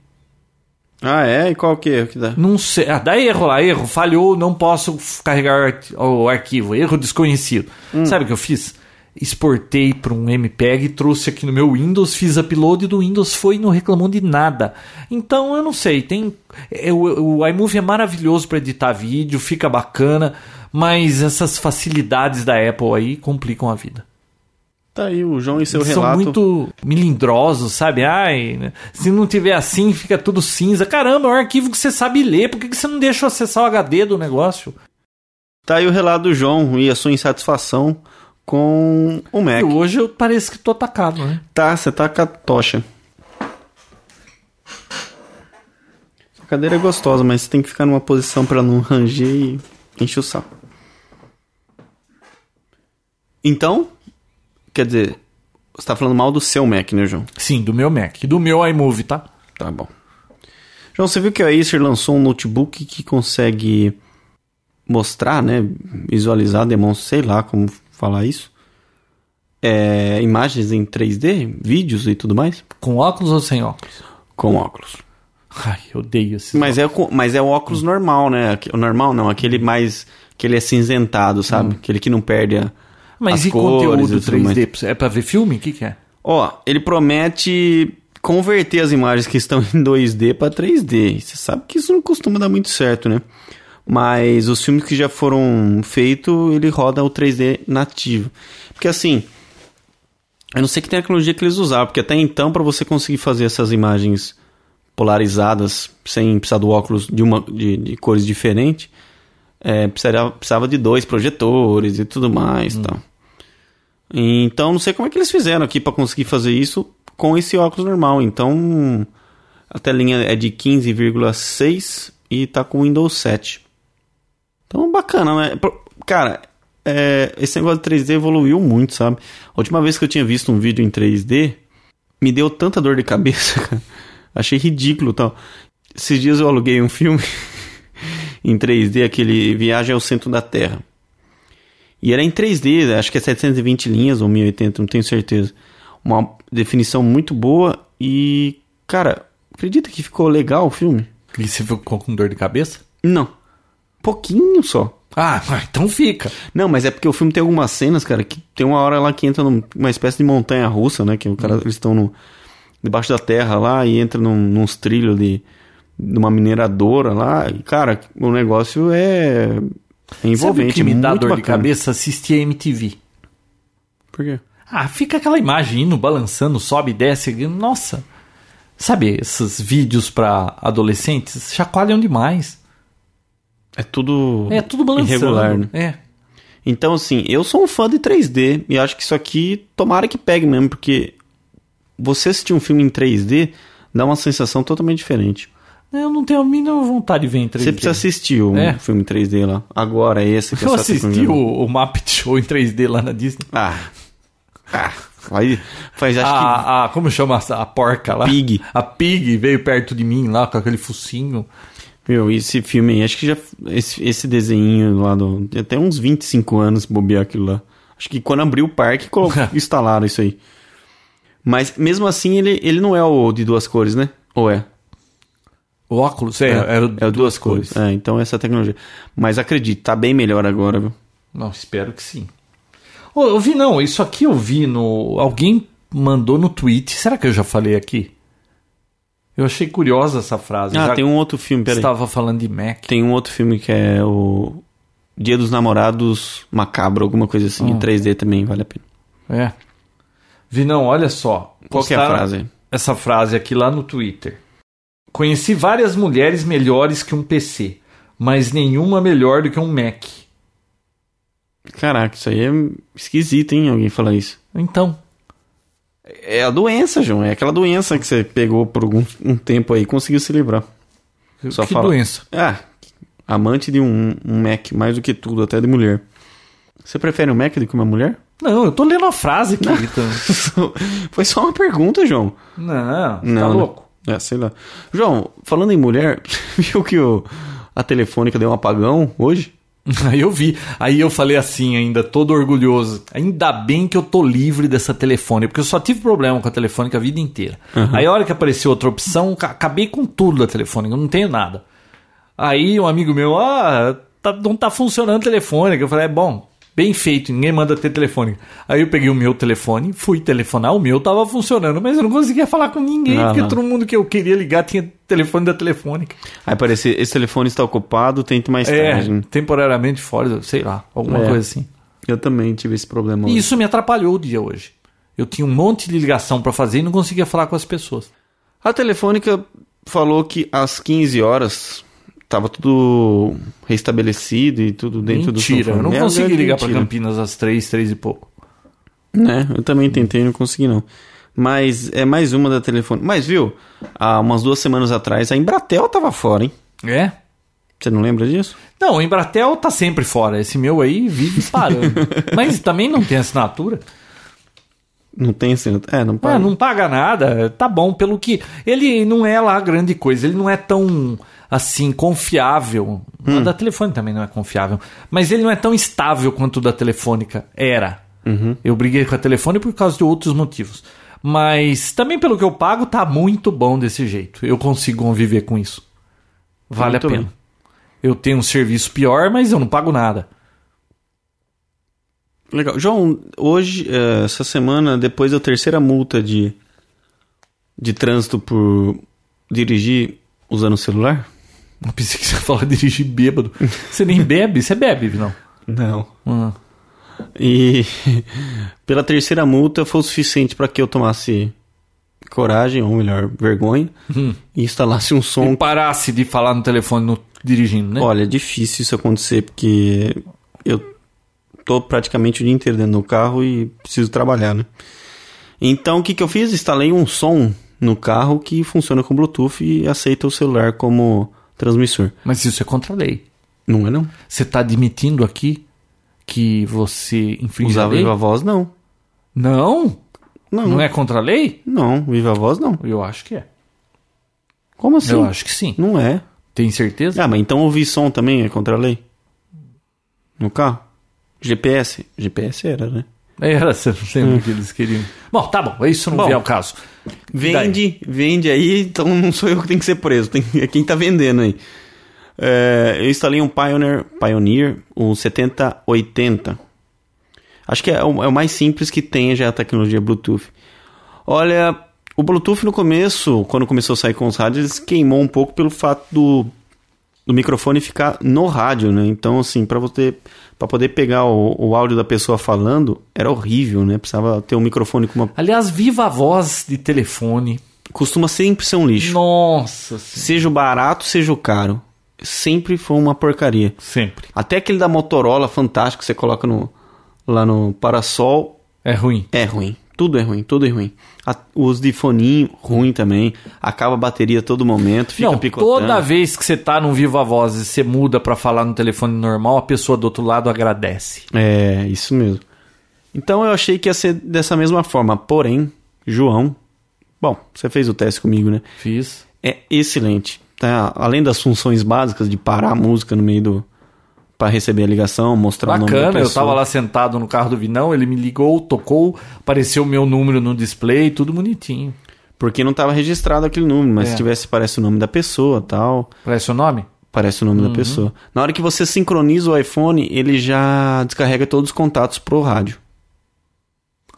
C: Ah, é? E qual que é que dá?
B: Não sei. Ah, dá erro lá, erro, falhou, não posso f- carregar o arqui- o arquivo, erro desconhecido. Sabe o que eu fiz? Exportei para um MPEG, trouxe aqui no meu Windows, fiz upload do Windows, foi e não reclamou de nada. Então eu não sei, tem é, o, o iMovie é maravilhoso para editar vídeo, fica bacana, mas essas facilidades da Apple aí complicam a vida.
C: Tá aí o João e seu
B: Eles
C: relato.
B: São muito milindrosos, sabe? Ai, né? se não tiver assim, fica tudo cinza. Caramba, é um arquivo que você sabe ler. Por que que você não deixa eu acessar o HD do negócio?
C: Tá aí o relato do João e a sua insatisfação com o Mac.
B: E hoje eu parece que tô atacado, né?
C: Tá, você tá com a tocha. Sua cadeira é gostosa, mas você tem que ficar numa posição pra não ranger e encher o saco. Então, quer dizer, você tá falando mal do seu Mac, né, João?
B: Sim, do meu Mac. Do meu iMovie, tá?
C: Tá bom. João, você viu que a Acer lançou um notebook que consegue mostrar, né, visualizar, demonstrar, sei lá como falar isso, é, imagens em 3D, vídeos e tudo mais,
B: Com óculos ou sem óculos?
C: com óculos.
B: Ai, eu odeio esse.
C: Mas é, com- mas é o óculos normal, né? Aque- O normal não, aquele mais. que ele é cinzentado, sabe? Aquele que não perde a.
B: Mas
C: as
B: e
C: cores
B: conteúdo
C: e tudo mais.
B: 3D? É pra ver filme? O que, que é?
C: Ó, ele promete converter as imagens que estão em 2D para 3D. Você sabe que isso não costuma dar muito certo, né? Mas os filmes que já foram feitos, ele roda o 3D nativo. Porque assim, eu não sei que tecnologia que eles usaram, porque até então para você conseguir fazer essas imagens polarizadas sem precisar do óculos de uma de, de cores diferentes, é, precisaria- precisava de dois projetores e tudo mais, tal. Então, não sei como é que eles fizeram aqui para conseguir fazer isso com esse óculos normal. Então, a telinha é de 15,6 e tá com Windows 7. Então, bacana, né? Pro- Cara, é, esse negócio de 3D evoluiu muito, sabe? A última vez que eu tinha visto um vídeo em 3D, me deu tanta dor de cabeça, cara. Achei ridículo tal. Esses dias eu aluguei um filme em 3D, aquele Viagem ao Centro da Terra. E era em 3D, acho que é 720 linhas ou 1080, não tenho certeza. Uma definição muito boa e, cara, acredita que ficou legal o filme?
B: E você ficou com dor de cabeça?
C: Não. Pouquinho só.
B: Ah, mas então fica.
C: Não, mas é porque o filme tem algumas cenas, cara, que tem uma hora lá que entra numa espécie de montanha russa, né? Que o
B: Uhum.
C: cara, eles estão no- debaixo da terra lá e entra num, nos trilhos de, de uma mineradora lá. E, cara, o negócio é, é
B: Sabe o
C: envolvente.
B: que me dá
C: muito
B: dor de
C: bacana.
B: cabeça? Assistir a MTV.
C: Por quê?
B: Ah, fica aquela imagem indo, balançando, sobe, desce. Nossa. Sabe, esses vídeos pra adolescentes chacoalham demais.
C: É tudo.
B: É tudo balançando.
C: Irregular, né?
B: É.
C: Então, assim, eu sou um fã de 3D e acho que isso aqui, tomara que pegue mesmo, porque você assistir um filme em 3D dá uma sensação totalmente diferente.
B: Eu não tenho a mínima vontade de ver em 3D.
C: Você precisa assistir um
B: É.
C: filme em 3D lá. Agora, é esse que
B: Eu
C: essa
B: assisti
C: tecnologia-
B: o, o Muppet Show em 3D lá na Disney.
C: Ah. Ah. Aí faz, acho que.
B: A, a- como chama essa- a porca lá?
C: Pig.
B: A Pig veio perto de mim lá com aquele focinho.
C: Meu, esse filme aí, acho que já. Esse, esse desenho lá do. Tem até uns 25 anos bobear aquilo lá. Acho que quando abriu o parque, colo- instalaram isso aí. Mas mesmo assim, ele, ele não é o de duas cores, né? Ou é?
B: O óculos? É,
C: É,
B: era
C: é duas, cores. É, então essa é a tecnologia. Mas acredito, tá bem melhor agora, viu?
B: Não, espero que sim. Ô, eu vi, não, isso aqui eu vi no. Alguém mandou no tweet. Será que eu já falei aqui? Eu achei curiosa essa frase.
C: Ah,
B: Já
C: tem um outro filme, peraí.
B: estava falando de Mac.
C: Tem um outro filme que é o Dia dos Namorados Macabro, alguma coisa assim, em 3D também, vale a pena.
B: É. Vinão, olha só.
C: Qual que é a
B: Postaram
C: frase?
B: Essa frase aqui lá no Twitter. Conheci várias mulheres melhores que um PC, mas nenhuma melhor do que um Mac.
C: Caraca, isso aí é esquisito, hein, alguém falar isso.
B: Então,
C: É a doença, João, é aquela doença que você pegou por algum um tempo aí e conseguiu se livrar. Só
B: que
C: fala.
B: doença.
C: Ah, amante de um, um Mac, mais do que tudo, até de mulher. Você prefere um Mac do que uma mulher?
B: Não, eu tô lendo a frase aqui. Vitor.
C: Foi só uma pergunta, João.
B: Não,
C: Não,
B: tá
C: né?
B: louco.
C: É, sei lá. João, falando em mulher, viu que o, a telefônica deu um apagão hoje?
B: Aí eu vi. Aí eu falei assim, ainda todo orgulhoso. Ainda bem que eu tô livre dessa telefone, porque eu só tive problema com a telefônica a vida inteira. Aí a hora que apareceu outra opção, ca- acabei com tudo da telefônica, eu não tenho nada. Aí um amigo meu, ah, tá- não tá funcionando a telefônica. Eu falei, é bom, bem feito, ninguém manda ter telefônica. Aí eu peguei o meu telefone, fui telefonar, o meu tava funcionando, mas eu não conseguia falar com ninguém,
C: Não,
B: porque
C: Ah, não.
B: todo mundo que eu queria ligar tinha telefone da telefônica.
C: Aí parecia, esse telefone está ocupado, tente mais
B: É,
C: tarde. né?
B: temporariamente fora, sei lá, alguma
C: É.
B: coisa assim.
C: Eu também tive esse problema
B: E
C: hoje.
B: isso me atrapalhou o dia hoje. Eu tinha um monte de ligação pra fazer e não conseguia falar com as pessoas.
C: A telefônica falou que às 15 horas tava tudo restabelecido e tudo
B: mentira,
C: dentro do
B: eu
C: seu é
B: não consegui ligar pra
C: mentira.
B: Campinas às três, três e pouco.
C: Né, eu também tentei e não consegui não. Mas é mais uma da telefone. Mas viu, há umas duas semanas atrás a Embratel tava fora, hein?
B: É?
C: Você não lembra disso?
B: Não, o Embratel tá sempre fora. Esse meu aí vive parando. Mas também não tem assinatura.
C: Não tem assim, é, não
B: Ah,
C: para.
B: não paga nada, tá bom. Pelo que. Ele não é lá grande coisa, ele não é tão assim confiável.
C: Hum.
B: A da telefone também não é confiável. Mas ele não é tão estável quanto o da telefônica era.
C: Uhum.
B: Eu briguei com a telefone por causa de outros motivos. Mas também pelo que eu pago, tá muito bom desse jeito. Eu consigo conviver com isso. Vale
C: Muito
B: a pena.
C: bem.
B: Eu tenho um serviço pior, mas eu não pago nada.
C: Legal. João, hoje, eh, essa semana, depois da terceira multa de, de trânsito por dirigir usando o celular?
B: Não pensei que você ia falar dirigir bêbado. Você nem bebe? Você bebe, não?
C: Não.
B: Hum.
C: E pela terceira multa foi o suficiente para que eu tomasse coragem, ou melhor, vergonha, e instalasse um
B: e
C: som.
B: parasse de falar no telefone no- dirigindo, né?
C: Olha, é difícil isso acontecer, porque eu tô praticamente o dia inteiro dentro do carro e preciso trabalhar, né? Então, o que, que eu fiz? Instalei um som no carro que funciona com Bluetooth e aceita o celular como transmissor.
B: Mas isso é contra a lei.
C: Não é não?
B: Você está admitindo aqui que você infringe a
C: Usar
B: lei?
C: viva voz, não.
B: Não,
C: Não,
B: não é contra a lei?
C: não, viva voz, não.
B: Eu acho que é.
C: Como assim?
B: Eu acho que sim.
C: Não é.
B: Tem certeza?
C: Ah, mas então ouvir som também é contra a lei? No carro? GPS? GPS era, né?
B: Era, É, você não lembra o que eles queriam. Bom, tá bom, isso não
C: Bom.
B: vem ao caso. E daí?
C: Vende, vende aí, então não sou eu que tenho que ser preso, tem, é quem tá vendendo aí. É, eu instalei um Pioneer, Pioneer, um 7080. Acho que é o, é o mais simples que tem já é a tecnologia Bluetooth. Olha, o Bluetooth no começo, quando começou a sair com os rádios, eles queimou um pouco pelo fato do, do microfone ficar no rádio, né? Então, assim, para você para poder pegar o, o áudio da pessoa falando, era horrível, né? Precisava ter um microfone com uma
B: Aliás, viva a voz de telefone.
C: costuma sempre ser um lixo.
B: Nossa senhora.
C: Seja o barato, seja o caro. Sempre foi uma porcaria.
B: Sempre.
C: Até aquele da Motorola fantástico que você coloca no, lá no parasol
B: É ruim.
C: é ruim. Tudo é ruim, tudo é ruim. A- os de foninho, ruim também. Acaba a bateria a todo momento, fica
B: não,
C: picotando.
B: toda vez que você tá no Viva Voz e você muda para falar no telefone normal, a pessoa do outro lado agradece.
C: É, isso mesmo. Então eu achei que ia ser dessa mesma forma. Porém, João. Bom, você fez o teste comigo, né?
B: Fiz.
C: é excelente. Tá? Além das funções básicas de parar a música no meio do. para receber a ligação, mostrar o nome da
B: Bacana,
C: pessoa.
B: eu tava lá sentado no carro do Vinão, ele me ligou, tocou, apareceu o meu número no display, tudo bonitinho.
C: Porque não tava registrado aquele número, mas
B: É.
C: se tivesse, parece o nome da pessoa tal.
B: Parece o nome?
C: Parece o nome
B: Uhum.
C: da pessoa. Na hora que você sincroniza o iPhone, ele já descarrega todos os contatos pro rádio.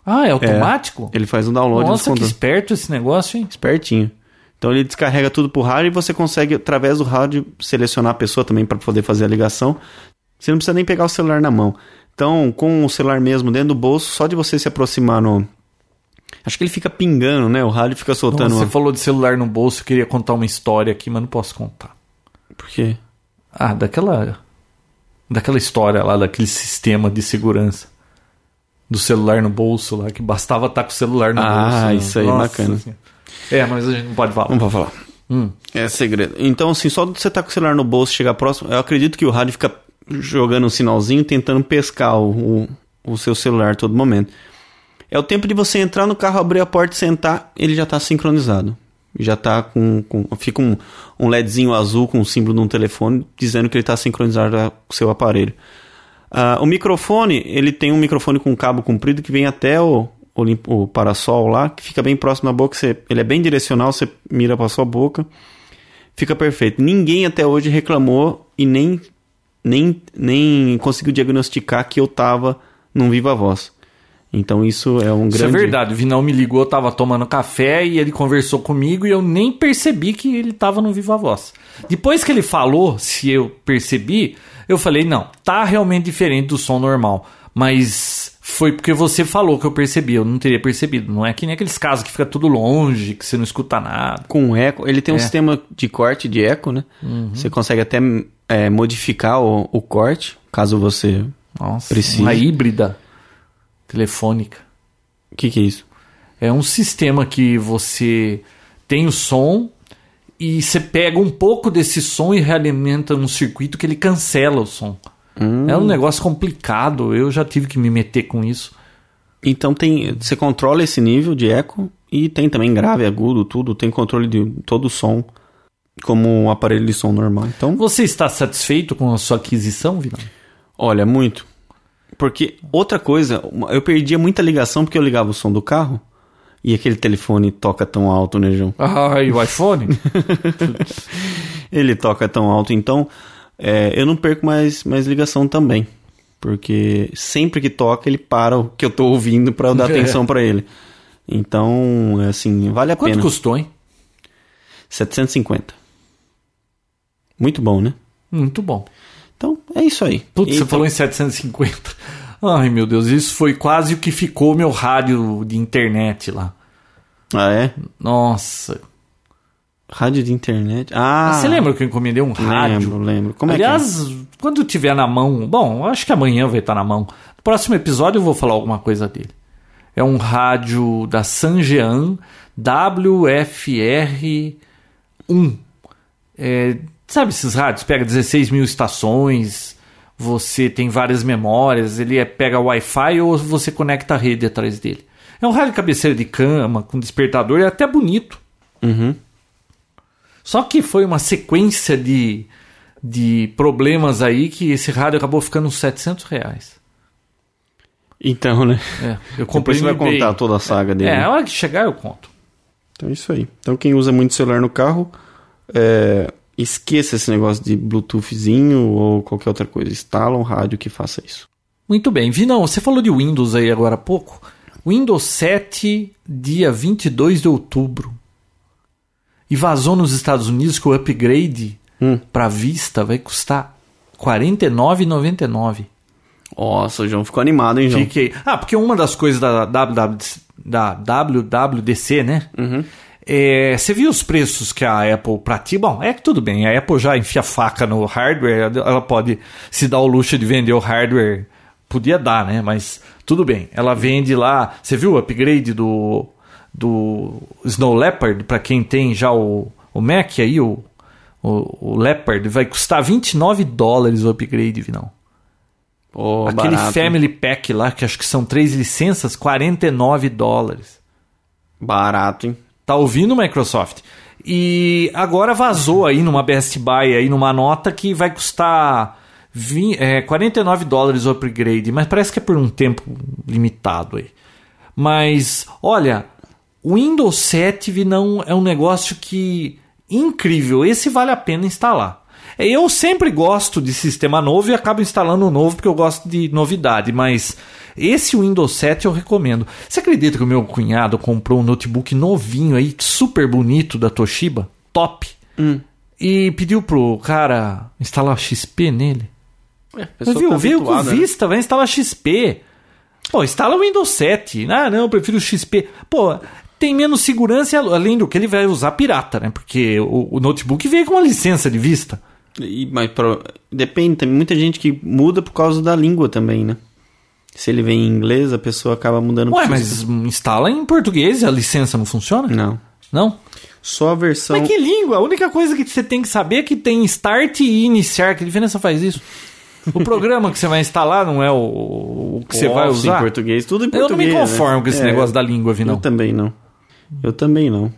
B: Ah, é automático?
C: Ele faz um download dos
B: Nossa, que
C: contatos.
B: esperto esse negócio, hein?
C: Espertinho. Então ele descarrega tudo pro rádio e você consegue, através do rádio, selecionar a pessoa também para poder fazer a ligação. Você não precisa nem pegar o celular na mão. Então, com o celular mesmo dentro do bolso, só de você se aproximar no. Acho que ele fica pingando, né? O rádio fica soltando.
B: Nossa,
C: uma-
B: você falou de celular no bolso, eu queria contar uma história aqui, mas não posso contar.
C: Por quê?
B: Ah, daquela. Daquela história lá, daquele sistema de segurança. Do celular no bolso lá, que bastava estar com o celular no
C: Ah,
B: bolso. né?
C: isso aí, bacana.
B: Senhora. É, mas a gente não pode falar.
C: Não vou falar.
B: Hum.
C: É segredo. Então, assim, só de você tá com o celular no bolso e chegar próximo, eu acredito que o rádio fica jogando um sinalzinho, tentando pescar o, o, o seu celular a todo momento. É o tempo de você entrar no carro, abrir a porta, sentar, ele já tá sincronizado. Já tá com. com- fica um, um LEDzinho azul com o símbolo de um telefone dizendo que ele tá sincronizado já com o seu aparelho. Ah, o microfone, ele tem um microfone com cabo comprido que vem até o, o, lim- o parasol lá, que fica bem próximo da boca. Você, ele é bem direcional, você mira para sua boca. Fica perfeito. Ninguém até hoje reclamou e nem, nem, nem conseguiu diagnosticar que eu tava num viva voz. Então isso é um grande.
B: Isso é verdade. O Vinão me ligou, eu tava tomando café e ele conversou comigo e eu nem percebi que ele tava no Viva Voz. Depois que ele falou, se eu percebi, eu falei, não, tá realmente diferente do som normal. Mas foi porque você falou que eu percebi, eu não teria percebido. Não é que nem aqueles casos que fica tudo longe, que você não escuta nada.
C: com eco. Ele
B: É.
C: tem um sistema de corte de eco, né?
B: Uhum.
C: Você consegue até é, modificar o, o corte, caso você.
B: Nossa,
C: Precisa.
B: uma híbrida telefônica.
C: O que, que é isso?
B: É um sistema que você tem o som e você pega um pouco desse som e realimenta um circuito que ele cancela o som.
C: Hum.
B: É um negócio complicado, eu já tive que me meter com isso.
C: Então tem. Você controla esse nível de eco e tem também grave, agudo, tudo. Tem controle de todo o som como um aparelho de som normal. Então,
B: Você está satisfeito com a sua aquisição, Vinão?
C: olha, muito. Porque outra coisa, uma- eu perdia muita ligação porque eu ligava o som do carro e aquele telefone toca tão alto, né, João?
B: Ah, e o iPhone?
C: Ele toca tão alto, então é, eu não perco mais, mais ligação também. Porque sempre que toca, ele para o que eu tô ouvindo pra eu dar
B: É.
C: atenção pra ele. Então, assim, vale a
B: Quanto
C: pena.
B: custou, hein?
C: 750. Muito bom, né?
B: Muito bom.
C: Então, é isso aí.
B: Putz, você
C: Então,
B: falou em 750. Ai, meu Deus, isso foi quase o que ficou meu rádio de internet lá.
C: Ah, é?
B: Nossa.
C: Rádio de internet. Ah,
B: você lembra que eu encomendei um rádio?
C: Lembro, lembro. Como é
B: Aliás, quando tiver na mão, bom, acho que amanhã vai estar na mão. No próximo episódio eu vou falar alguma coisa dele. É um rádio da Sanjean WFR1. É, sabe esses rádios? Pega 16 mil estações, você tem várias memórias, ele é, pega Wi-Fi ou você conecta a rede atrás dele. É um rádio cabeceira de cama, com despertador, é até bonito.
C: que é? Uhum.
B: Só que foi uma sequência de, de problemas aí que esse rádio acabou ficando uns 700 reais.
C: Então, né?
B: É, eu comprei
C: Depois você vai
B: no eBay.
C: contar toda a saga dele. né?
B: É, a hora que chegar eu conto.
C: Então é isso aí. Então quem usa muito celular no carro, é, esqueça esse negócio de Bluetoothzinho ou qualquer outra coisa. Instala um rádio que faça isso.
B: Muito bem. Vinão, você falou de Windows aí agora há pouco. Windows 7, dia 22 de outubro. E vazou nos Estados Unidos que o upgrade
C: Hum.
B: para Vista vai custar R$ 49,99.
C: Nossa, o João ficou animado, hein, João?
B: Fiquei. Ah, porque uma das coisas da, WWDC, da WWDC, né? É, você viu os preços que a Apple pratica? Bom, é que tudo bem, a Apple já enfia faca no hardware, ela pode se dar o luxo de vender o hardware. Podia dar, né? Mas tudo bem. Ela vende lá. Você viu o upgrade do, do Snow Leopard? Para quem tem já o, o Mac aí, o, o, o Leopard, vai custar 29 dólares o upgrade, Vinão.
C: Pô,
B: Aquele
C: barato,
B: Family Pack lá, que acho que são três licenças, 49 dólares.
C: Barato, hein?
B: Tá ouvindo, Microsoft? E agora vazou aí numa Best Buy, aí numa nota que vai custar vin- é, 49 dólares o upgrade, mas parece que é por um tempo limitado aí. Mas, olha, o Windows 7 vi, não é um negócio que incrível, esse vale a pena instalar. É, Eu um sempre gosto de sistema novo e acabo instalando o novo porque eu gosto de novidade, mas Esse Windows 7 eu recomendo. Você acredita que o meu cunhado comprou um notebook novinho aí, super bonito da Toshiba? Top.
C: Hum.
B: E pediu pro cara instalar XP nele.
C: É, a
B: Mas
C: pessoa
B: viu,
C: tá
B: veio com
C: habituada, né?
B: Vista, vai instalar XP. Pô, instala o Windows 7. Ah, não, eu prefiro o XP. Pô, tem menos segurança, e al- além do que ele vai usar pirata, né? Porque o, o notebook veio com uma licença de Vista.
C: E- mas pro- depende, tem muita gente que muda por causa da língua também, né? Se ele vem em inglês, a pessoa acaba mudando
B: Ué,
C: por
B: mas instala em português e a licença não funciona?
C: Não. Então-
B: Não?
C: Só a versão.
B: Mas que língua? A única coisa que você tem que saber é que tem start e iniciar. Que diferença faz isso? O programa que você vai instalar não é o, o que você
C: O
B: vai
C: Office
B: usar?
C: em português, tudo em
B: Eu não
C: português.
B: me conformo
C: né?
B: com esse
C: É,
B: negócio da língua,
C: Eu
B: Vinão.
C: também não. Eu também não.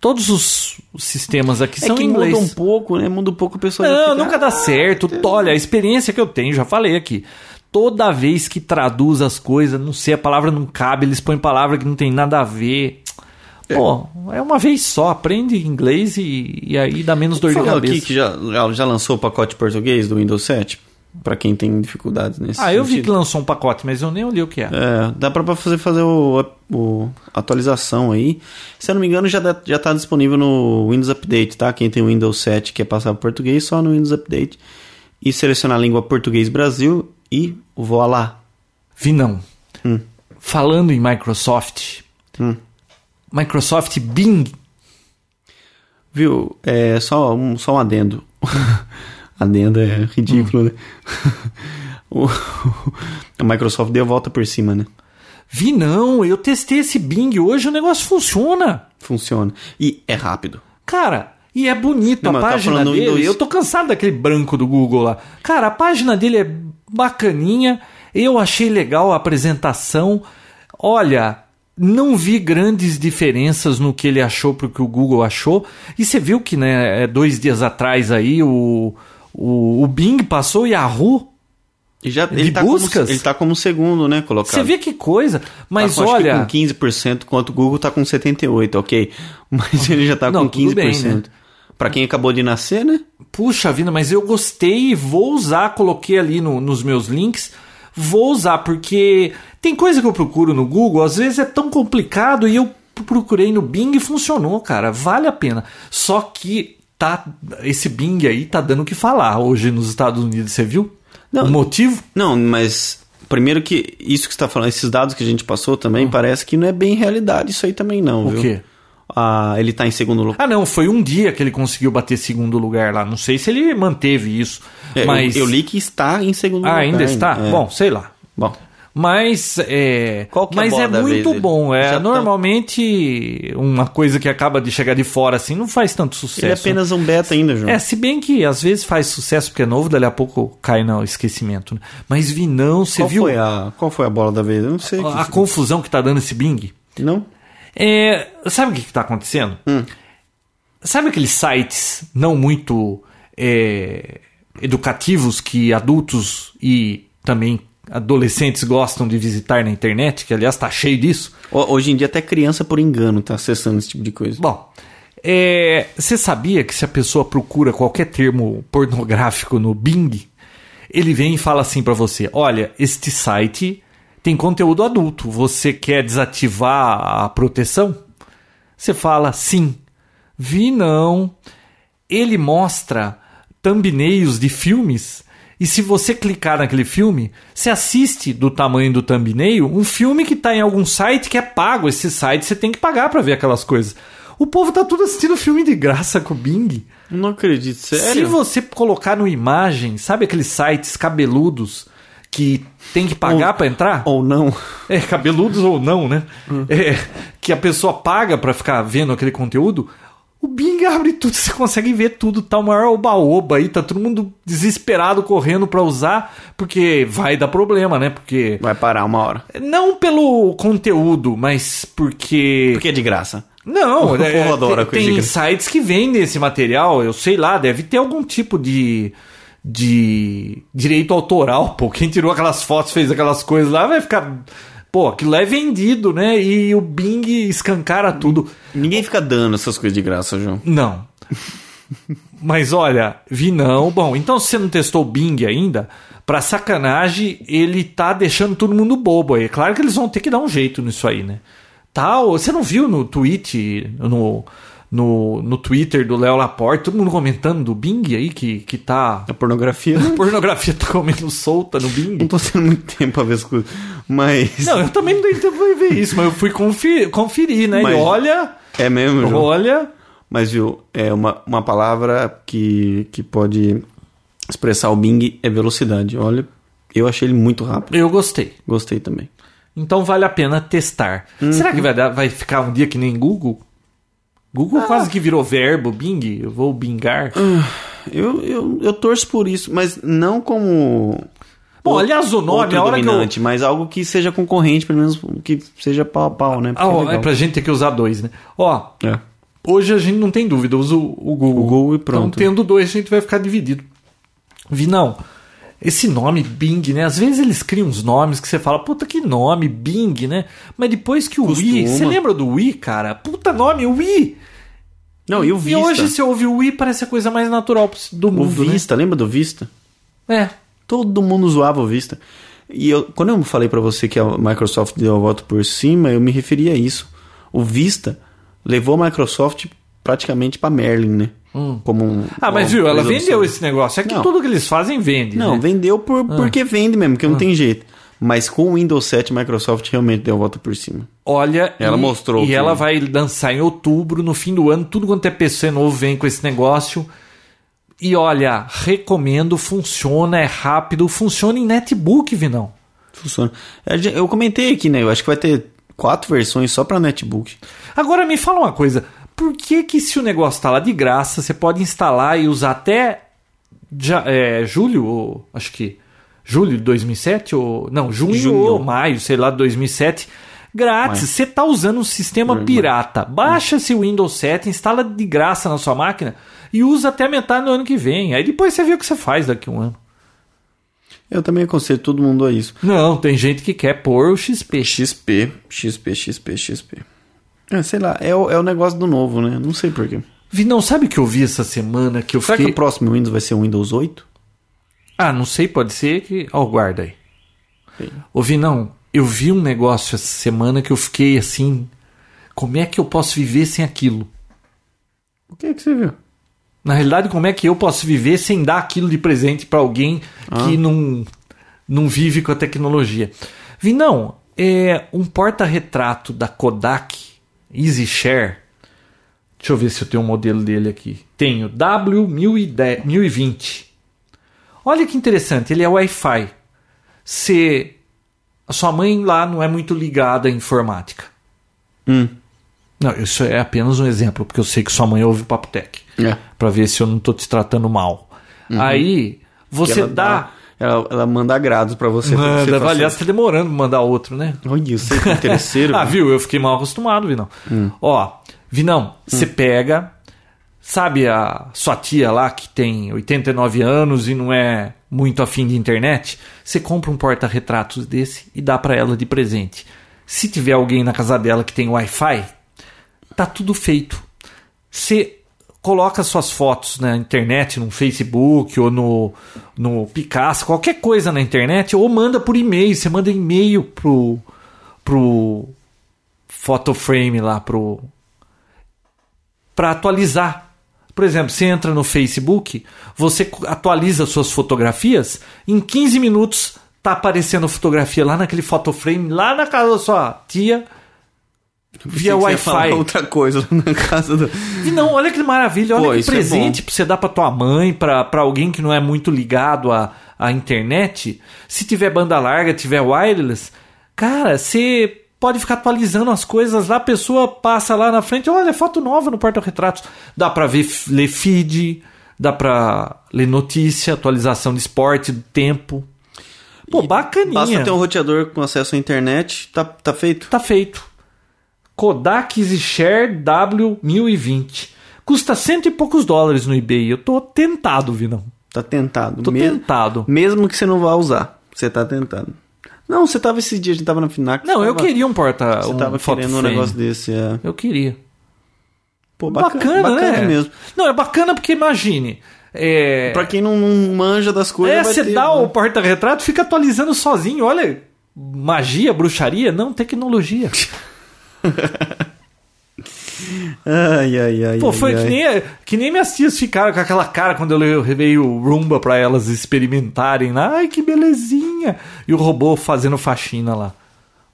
B: Todos os sistemas aqui são
C: é que
B: em inglês.
C: muda um pouco, né? Muda um pouco a pessoa. já
B: Não,
C: fica,
B: nunca dá certo. To- Olha, a experiência que eu tenho, já falei aqui. Toda vez que traduz as coisas, não sei, a palavra não cabe, eles põem palavra que não tem nada a ver. Pô, é uma vez só, aprende inglês e, e aí dá menos dor de
C: Falou
B: cabeça.
C: aqui que já, já- já lançou o pacote português do Windows 7, Pra quem tem dificuldades nesse
B: Ah, eu vi que
C: sentido.
B: lançou um pacote, mas eu nem olhei o que é.
C: É, dá pra fazer, fazer o, o- a atualização aí. Se eu não me engano, já, dá- já tá disponível no Windows Update, tá? Quem tem o Windows 7 quer passar para português, só no Windows Update. E selecionar a língua português Brasil e voilá.
B: Vi não. Falando em Microsoft,
C: Hum.
B: Microsoft Bing.
C: Viu? É só um, só um adendo. adendo é
B: Hum.
C: ridículo, né? o, a Microsoft deu a volta por cima, né?
B: Vi não, eu testei esse Bing hoje, o negócio funciona.
C: Funciona. E é rápido.
B: Cara, e é bonito
C: Não,
B: a
C: mas tá
B: página
C: falando do
B: dele.
C: Windows.
B: Eu tô cansado daquele branco do Google lá. Cara, a página dele é bacaninha. Eu achei legal a apresentação. Olha, não vi grandes diferenças no que ele achou pro que o Google achou. E você viu que, né, é, dois dias atrás aí o, o, o Bing passou o Yahoo.
C: E já,
B: De
C: ele, tá como,
B: buscas?
C: ele tá como segundo, né? Colocado.
B: Você vê que coisa. Mas
C: tá com,
B: olha.
C: Acho que com 15%, quanto o Google tá com 78%, ok? Mas ele já tá
B: Não,
C: com
B: tudo
C: 15%.
B: bem, né?
C: Pra quem acabou de nascer, né?
B: Puxa vida, mas eu gostei e vou usar, coloquei ali no- nos meus links. Vou usar, porque tem coisa que eu procuro no Google, às vezes é tão complicado e eu p- procurei no Bing e funcionou, cara. Vale a pena. Só que tá esse Bing aí tá dando o que falar hoje nos Estados Unidos, você viu?
C: Não.
B: o motivo?
C: Não, mas primeiro que isso que você tá falando, esses dados que a gente passou também, parece que não é bem realidade isso aí também não,
B: Ah. O
C: viu?
B: quê?
C: Ah, ele tá em segundo lugar.
B: Ah, não, foi um dia que ele conseguiu bater segundo lugar lá. Não sei se ele manteve isso,
C: É, eu-
B: mas
C: eu, li que está em segundo
B: ah,
C: lugar.
B: ainda está.
C: É.
B: Bom, sei lá.
C: Bom,
B: Mas é,
C: Qual que é a
B: mas
C: bola
B: é
C: da vez
B: muito
C: dele?
B: bom. É
C: Já tá-
B: normalmente uma coisa que acaba de chegar de fora assim não faz tanto sucesso.
C: ele é apenas um beta ainda, João.
B: É, se bem que às vezes faz sucesso porque é novo, dali a pouco cai no esquecimento. né? Mas vi não, você
C: qual
B: viu
C: foi a qual foi a bola da vez? Eu não sei.
B: a, a
C: que-
B: confusão que tá dando esse Bing?
C: Não?
B: É, sabe o que, que tá acontecendo? Sabe aqueles sites não muito é, educativos que adultos e também adolescentes gostam de visitar na internet, que aliás tá cheio disso?
C: Ho- Hoje em dia até criança por engano tá acessando esse tipo de coisa.
B: Bom, é, você sabia que se a pessoa procura qualquer termo pornográfico no Bing, ele vem e fala assim pra você: olha, este site tem conteúdo adulto, você quer desativar a proteção? Você fala sim. Vi não. Ele mostra thumbnails de filmes. E se você clicar naquele filme, você assiste do tamanho do thumbnail um filme que está em algum site que é pago. Esse site você tem que pagar para ver aquelas coisas. O povo tá tudo assistindo filme de graça com o Bing.
C: Não acredito,
B: Se
C: sério?
B: você colocar no imagem, sabe aqueles sites cabeludos que tem que pagar para entrar?
C: Ou não?
B: É, cabeludos ou não, né? É, que a pessoa paga pra ficar vendo aquele conteúdo. O Bing abre tudo, você consegue ver tudo, tá o maior oba-oba aí, tá todo mundo desesperado correndo pra usar, porque vai dar problema, né? Porque.
C: Vai parar uma hora.
B: Não pelo conteúdo, mas porque.
C: Porque é de graça.
B: Não,
C: O povo
B: é,
C: adora
B: tem,
C: coisa
B: tem
C: de
B: sites que vendem esse material, eu sei lá, deve ter algum tipo de de direito autoral, pô, quem tirou aquelas fotos, fez aquelas coisas lá, vai ficar, pô, aquilo é vendido, né? E o Bing escancara tudo.
C: Ninguém fica dando essas coisas de graça, João.
B: Não. Mas olha, vi não. Bom, então se você não testou o Bing ainda, pra sacanagem, ele tá deixando todo mundo bobo aí. É claro que eles vão ter que dar um jeito nisso aí, né? Tal, você não viu no tweet, no, no, no Twitter do Léo Laporte, todo mundo comentando do Bing aí que, que tá.
C: A pornografia
B: A pornografia tá comendo solta no
C: Não
B: Bing.
C: tô tendo muito tempo a ver as coisas. Mas.
B: Não, eu também não dei tempo pra ver isso, mas eu fui conferir, conferir né?
C: Mas-
B: E olha,
C: É mesmo, João?
B: olha.
C: Mas, viu, é uma, uma palavra que, que pode expressar o Bing é velocidade. Olha, eu achei ele muito rápido.
B: Eu gostei.
C: Gostei também.
B: Então vale a pena testar.
C: Uhum.
B: Será que vai, dar- vai ficar um dia que nem Google? Google
C: Ah.
B: quase que virou verbo, Bing, eu vou bingar.
C: Hum, Eu, eu, eu torço por isso, mas não como.
B: Bom, aliás, o nome,
C: outro
B: a hora que eu.
C: dominante, mas algo que seja concorrente, pelo menos que seja pau a pau, né? Porque
B: Ah, ó,
C: legal.
B: é pra gente ter que usar dois, né? Ó,
C: É.
B: hoje a gente não tem dúvida, usa o o Google.
C: O Google e pronto.
B: Então, tendo dois, a gente vai ficar dividido. Vinão, esse nome Bing, né? Às vezes eles criam uns nomes que você fala, puta que nome, Bing, né? Mas depois que o Wii.
C: Costuma.
B: Você lembra do Wii, cara? Puta nome, Wii!
C: Não, e o
B: E
C: Vista.
B: hoje você ouve o Wii, parece a coisa mais natural do
C: O
B: mundo. né?
C: Vista, lembra do Vista?
B: É.
C: Todo mundo zoava o Vista. E eu, quando eu falei pra você que a Microsoft deu a volta por cima, eu me referi a isso. O Vista levou a Microsoft praticamente pra Merlin, né? Como um,
B: Ah, mas
C: uma
B: viu, ela
C: coisa
B: vendeu
C: absurda.
B: esse negócio. É que
C: Não.
B: tudo que eles fazem vende.
C: Não,
B: né?
C: vendeu por, porque vende mesmo,
B: Ah.
C: porque não tem jeito. Mas com o Windows 7, a Microsoft realmente deu a volta por cima.
B: Olha,
C: Ela
B: e,
C: mostrou
B: E
C: que-
B: ela vai lançar em outubro, no fim do ano, tudo quanto é PC novo vem com esse negócio. E olha, recomendo, funciona, é rápido, funciona em netbook, Vinão.
C: Funciona. A gen- Eu comentei aqui, né? Eu acho que vai ter quatro versões só pra netbook.
B: Agora me fala uma coisa, por que que se o negócio tá lá de graça, você pode instalar e usar até ja- é, julho, ou, acho que julho de 2007, ou não, junho,
C: Junho.
B: ou maio, sei lá, de 2007, grátis. Você tá usando um sistema pirata.
C: Hum.
B: Baixa esse Windows 7, instala de graça na sua máquina e usa até a metade do ano que vem. Aí depois você vê o que você faz daqui a um ano.
C: Eu também aconselho todo mundo a isso.
B: Não, tem gente que quer pôr o XP.
C: XP, XP, XP, XP. É, sei lá, é o, é o negócio do novo, né? Não sei porquê.
B: Vi, não sabe o que eu vi essa semana que eu
C: Será que
B: fiquei...
C: o próximo Windows vai ser o Windows 8?
B: Ah, não sei, pode ser que. Ó, guarda aí.
C: Sim.
B: Ô, Vinão, eu vi um negócio essa semana que eu fiquei assim. Como é que eu posso viver sem aquilo?
C: O que é que você viu?
B: Na realidade, como é que eu posso viver sem dar aquilo de presente pra alguém que não, não vive com a tecnologia? Vinão, é um porta-retrato da Kodak Easy Share. Deixa eu ver se eu tenho um modelo dele aqui. Tenho W1020. Olha que interessante, ele é Wi-Fi. Se a sua mãe lá não é muito ligada à informática.
C: Hum.
B: Não, isso é apenas um exemplo, porque eu sei que sua mãe ouve o Papotec.
C: É.
B: Pra ver se eu não tô te tratando mal. Aí
C: Que
B: você
C: ela
B: dá.
C: Ela, ela manda agrados pra você. pra que você
B: Manda,
C: faça
B: aliás, tá demorando pra mandar outro, né?
C: isso. Olha, eu sei que é interesseiro.
B: Ah, viu? Eu fiquei mal acostumado, Vinão. Ó, Vinão, você pega. Sabe a sua tia lá que tem 89 anos e não é muito afim de internet? Você compra um porta-retratos desse e dá pra ela de presente. Se tiver alguém na casa dela que tem Wi-Fi, tá tudo feito. Você coloca suas fotos na internet, no Facebook ou no, no Picasso, qualquer coisa na internet, ou manda por e-mail. Você manda e-mail pro, pro photoframe lá, pro para atualizar. Por exemplo, você entra no Facebook, você co- atualiza suas fotografias, em 15 minutos tá aparecendo a fotografia lá naquele photoframe, lá na casa da sua tia, via
C: Eu pensei que você ia falar
B: Wi-Fi.
C: outra coisa na casa do...
B: E não, olha que maravilha, olha
C: Pô,
B: que
C: isso é
B: presente pra você dar pra tua mãe, pra, pra alguém que não é muito ligado à, à internet. Se tiver banda larga, tiver wireless, cara, você pode ficar atualizando as coisas lá, a pessoa passa lá na frente, olha, é foto nova no porta-retratos. Dá pra ver, ler feed, dá pra ler notícia, atualização de esporte, do tempo. Pô, bacaninha.
C: Basta ter um roteador com acesso à internet, tá, tá feito.
B: Tá feito. Kodak Share W1020. Custa cento e poucos dólares no eBay. Eu tô tentado, Vinão.
C: Tá tentado.
B: Tô
C: Me-
B: tentado.
C: Mesmo que você não vá usar, você tá tentado. Não, você tava esse dia, a gente tava na FNAC.
B: Não,
C: você
B: eu
C: tava-
B: queria um porta.
C: Você
B: um
C: tava
B: foto
C: querendo um
B: frame.
C: negócio desse, é.
B: Eu queria.
C: Pô,
B: Bacana, né?
C: mesmo.
B: Não, é bacana porque imagine. É,
C: Pra quem não, não manja das coisas,
B: é
C: vai
B: você
C: ter,
B: dá
C: né?
B: o porta-retrato, fica atualizando sozinho. Olha, magia, bruxaria, não, tecnologia.
C: Ai, ai, ai.
B: Pô,
C: ai,
B: foi
C: ai.
B: que nem, que nem minhas tias ficaram com aquela cara quando eu levei o Roomba pra elas experimentarem lá. Ai, que belezinha! E o robô fazendo faxina lá.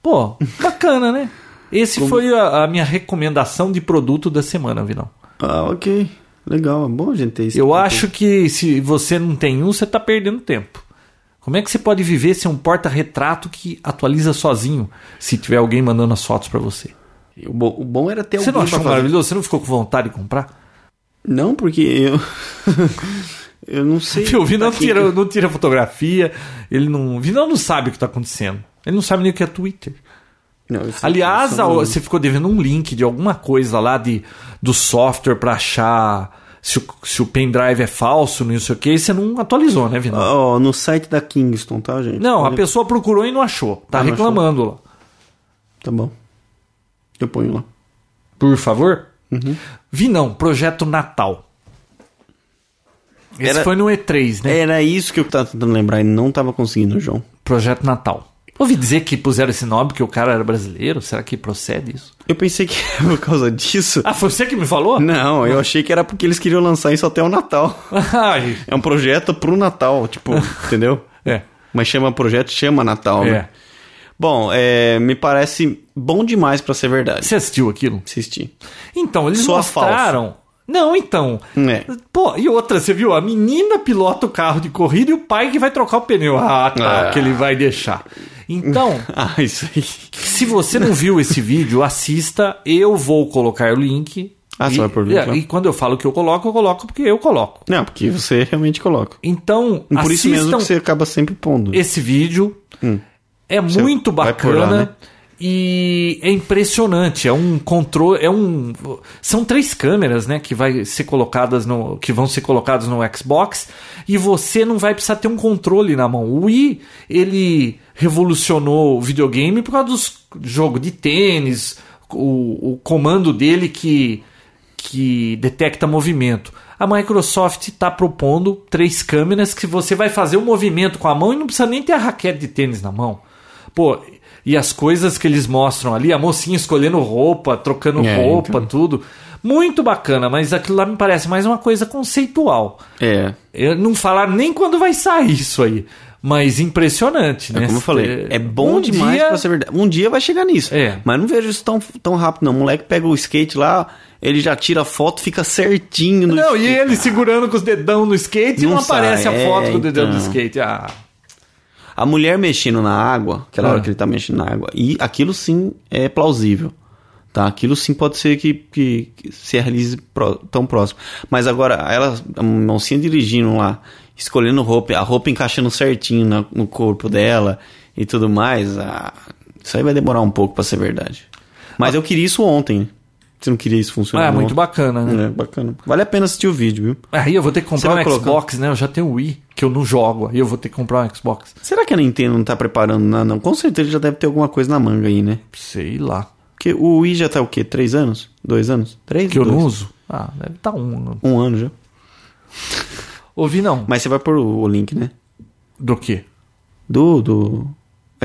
B: Pô, bacana, né? Esse foi a, a minha recomendação de produto da semana, Vinão.
C: Ah, ok. Legal, é bom a gente ter isso.
B: Eu acho que se você não tem um, você tá perdendo tempo. Como é que você pode viver sem um porta-retrato que atualiza sozinho se tiver alguém mandando as fotos pra você?
C: O bom, É o bom era ter
B: Você não
C: alguém pra
B: achou
C: fazer.
B: maravilhoso? Você não ficou com vontade de comprar?
C: Não, porque eu. eu não sei.
B: Porque o Vinão
C: Tá aqui.
B: tira, não tira fotografia, ele não. O Vinão não sabe o que tá acontecendo. Ele não sabe nem o que é Twitter.
C: Não, eu sei- eu
B: Aliás,
C: sou
B: a-
C: maluco.
B: você ficou devendo um link de alguma coisa lá de, do software pra achar se o, se o pendrive é falso, não sei o que, e você não atualizou, né, Vinão?
C: Ó, no site da Kingston, tá, gente?
B: Não, a
C: Ah, Olha-
B: pessoa procurou e não achou. Tá
C: Ah, não
B: reclamando lá.
C: Tá bom. Eu ponho lá.
B: Por favor?
C: Uhum.
B: Vi não, projeto Natal. Esse
C: Era- É.
B: foi no E3, né?
C: Era isso que eu tava tentando lembrar e não tava conseguindo, João.
B: Projeto Natal. Ouvi dizer que puseram esse nome porque o cara era brasileiro. Será que procede isso?
C: Eu pensei que era por causa disso.
B: Ah, foi você que me falou?
C: Não, eu achei que era porque eles queriam lançar isso até o Natal.
B: Ai,
C: É um projeto pro Natal, tipo, entendeu?
B: é.
C: Mas chama projeto, chama Natal, né?
B: é.
C: Bom, é, me parece bom demais pra ser verdade.
B: Você assistiu aquilo?
C: Assistir.
B: Então, eles
C: Soa
B: mostraram. Não, então.
C: É.
B: Pô, e outra, você viu? A menina pilota o carro de corrida e o pai que vai trocar o pneu. Ah, tá,
C: Ah.
B: que ele vai deixar. Então,
C: Ah, isso aí.
B: Se você não viu esse vídeo, assista. Eu vou colocar o link.
C: Ah,
B: e,
C: você vai pôr o link
B: é,
C: lá?
B: E quando eu falo que eu coloco, eu coloco porque eu coloco.
C: Não, porque você realmente coloca.
B: Então,
C: E Por
B: assistam
C: isso mesmo que você acaba sempre pondo.
B: esse vídeo. É
C: Você
B: muito
C: vai por
B: bacana.
C: lá, né?
B: E é impressionante, é um controle, é um são três câmeras, né, que vai ser colocadas no que vão ser colocadas no Xbox e você não vai precisar ter um controle na mão. O Wii, ele revolucionou o videogame por causa dos jogo de tênis, o, o comando dele que que detecta movimento. A Microsoft está propondo três câmeras que você vai fazer o movimento com a mão e não precisa nem ter a raquete de tênis na mão. Pô, e as coisas que eles mostram ali, a mocinha escolhendo roupa, trocando
C: É,
B: roupa, tudo. Muito bacana, mas aquilo lá me parece mais uma coisa conceitual.
C: É,
B: Eu não falar nem quando vai sair isso aí, mas impressionante, né?
C: como eu falei, é bom
B: Um
C: demais
B: dia-
C: pra ser verdade. Um dia vai chegar nisso.
B: É.
C: Mas não vejo isso tão, tão rápido, não. O moleque pega o skate lá, ele já tira a foto, fica certinho no
B: Não, e
C: skate.
B: ele segurando com os dedão no skate e
C: Não
B: não aparece
C: sai,
B: a foto
C: é,
B: do dedão do
C: então.
B: skate. Ah.
C: A mulher mexendo na água, aquela
B: Ah.
C: hora que ele tá mexendo na água, e aquilo sim é plausível. Tá? Aquilo sim pode ser que, que, que se realize pró- tão próximo. Mas agora, ela, a mocinha dirigindo lá, escolhendo roupa, a roupa encaixando certinho na- no corpo dela e tudo mais, ah, isso aí vai demorar um pouco pra ser verdade. Mas eu queria isso ontem. Você não queria isso funcionar?
B: Ah, é
C: ontem?
B: muito bacana, né?
C: Ah. É, bacana. Vale a pena assistir o vídeo, viu?
B: Aí eu vou ter que
C: Você
B: comprar um
C: vai colocar?
B: Xbox, né? Eu já tenho o Wii, que eu não jogo. Aí eu vou ter que comprar um Xbox.
C: Será que a Nintendo não tá preparando nada? Não, com certeza já deve ter alguma coisa na manga aí, né?
B: Sei lá.
C: Porque o Wii já tá o quê? Três anos? Dois anos? Três?
B: Que eu
C: Dois.
B: não uso. Ah, deve estar um.
C: Um ano já.
B: Ouvi não.
C: Mas você vai pôr o, o link, né?
B: Do quê?
C: Do, do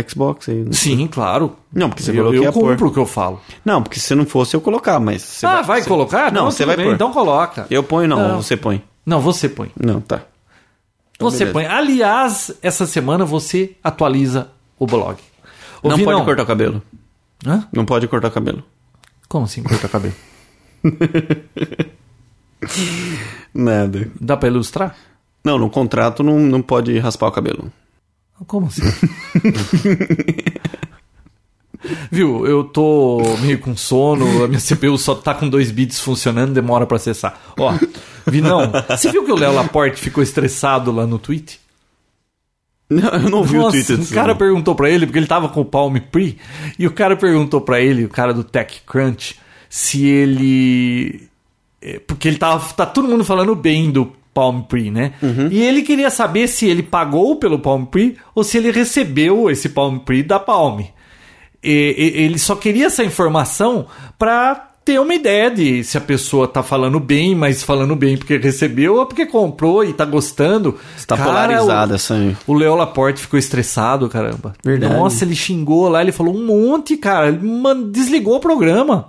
C: Xbox aí. né?
B: Sim, claro.
C: Não, porque você
B: eu,
C: falou que
B: eu
C: ia pôr.
B: cumpro o que eu falo.
C: Não, porque se não fosse eu colocar, mas... Você
B: ah, vai
C: você-
B: colocar?
C: Não, você
B: tudo
C: vai
B: bem,
C: pôr.
B: Então coloca.
C: Eu ponho não,
B: Não.
C: ou você põe.
B: Não, você põe.
C: Não, tá. Então,
B: Você
C: beleza.
B: põe. Aliás, essa semana você atualiza o blog.
C: Não
B: Ouvi
C: pode cortar o cabelo.
B: Hã?
C: Não pode cortar o cabelo.
B: Como assim cortar cabelo?
C: Nada.
B: Dá pra ilustrar?
C: Não, no contrato não, não pode raspar o cabelo.
B: Como assim? Viu, eu tô meio com sono, a minha CPU só tá com dois bits funcionando, demora pra acessar. Ó, Vinão, você viu que o Léo Laporte ficou estressado lá no tweet?
C: Não, eu não vi o
B: Nossa,
C: Twitter
B: um
C: disso,
B: cara
C: não.
B: perguntou pra ele, porque ele tava com o Palm Pre, e o cara perguntou pra ele, o cara do TechCrunch, se ele. é, Porque ele tava. Tá todo mundo falando bem do Palm Pre, né?
C: Uhum.
B: E ele queria saber se ele pagou pelo Palm Pre ou se ele recebeu esse Palm Pre da Palm. E- e- ele só queria essa informação pra ter uma ideia de se a pessoa tá falando bem, mas falando bem porque recebeu ou porque comprou e tá gostando.
C: Está
B: Cara,
C: polarizada essa aí.
B: O Léo Laporte ficou estressado, caramba.
C: Verdade.
B: Nossa, ele xingou lá, ele falou um monte, cara. Ele man- desligou o programa.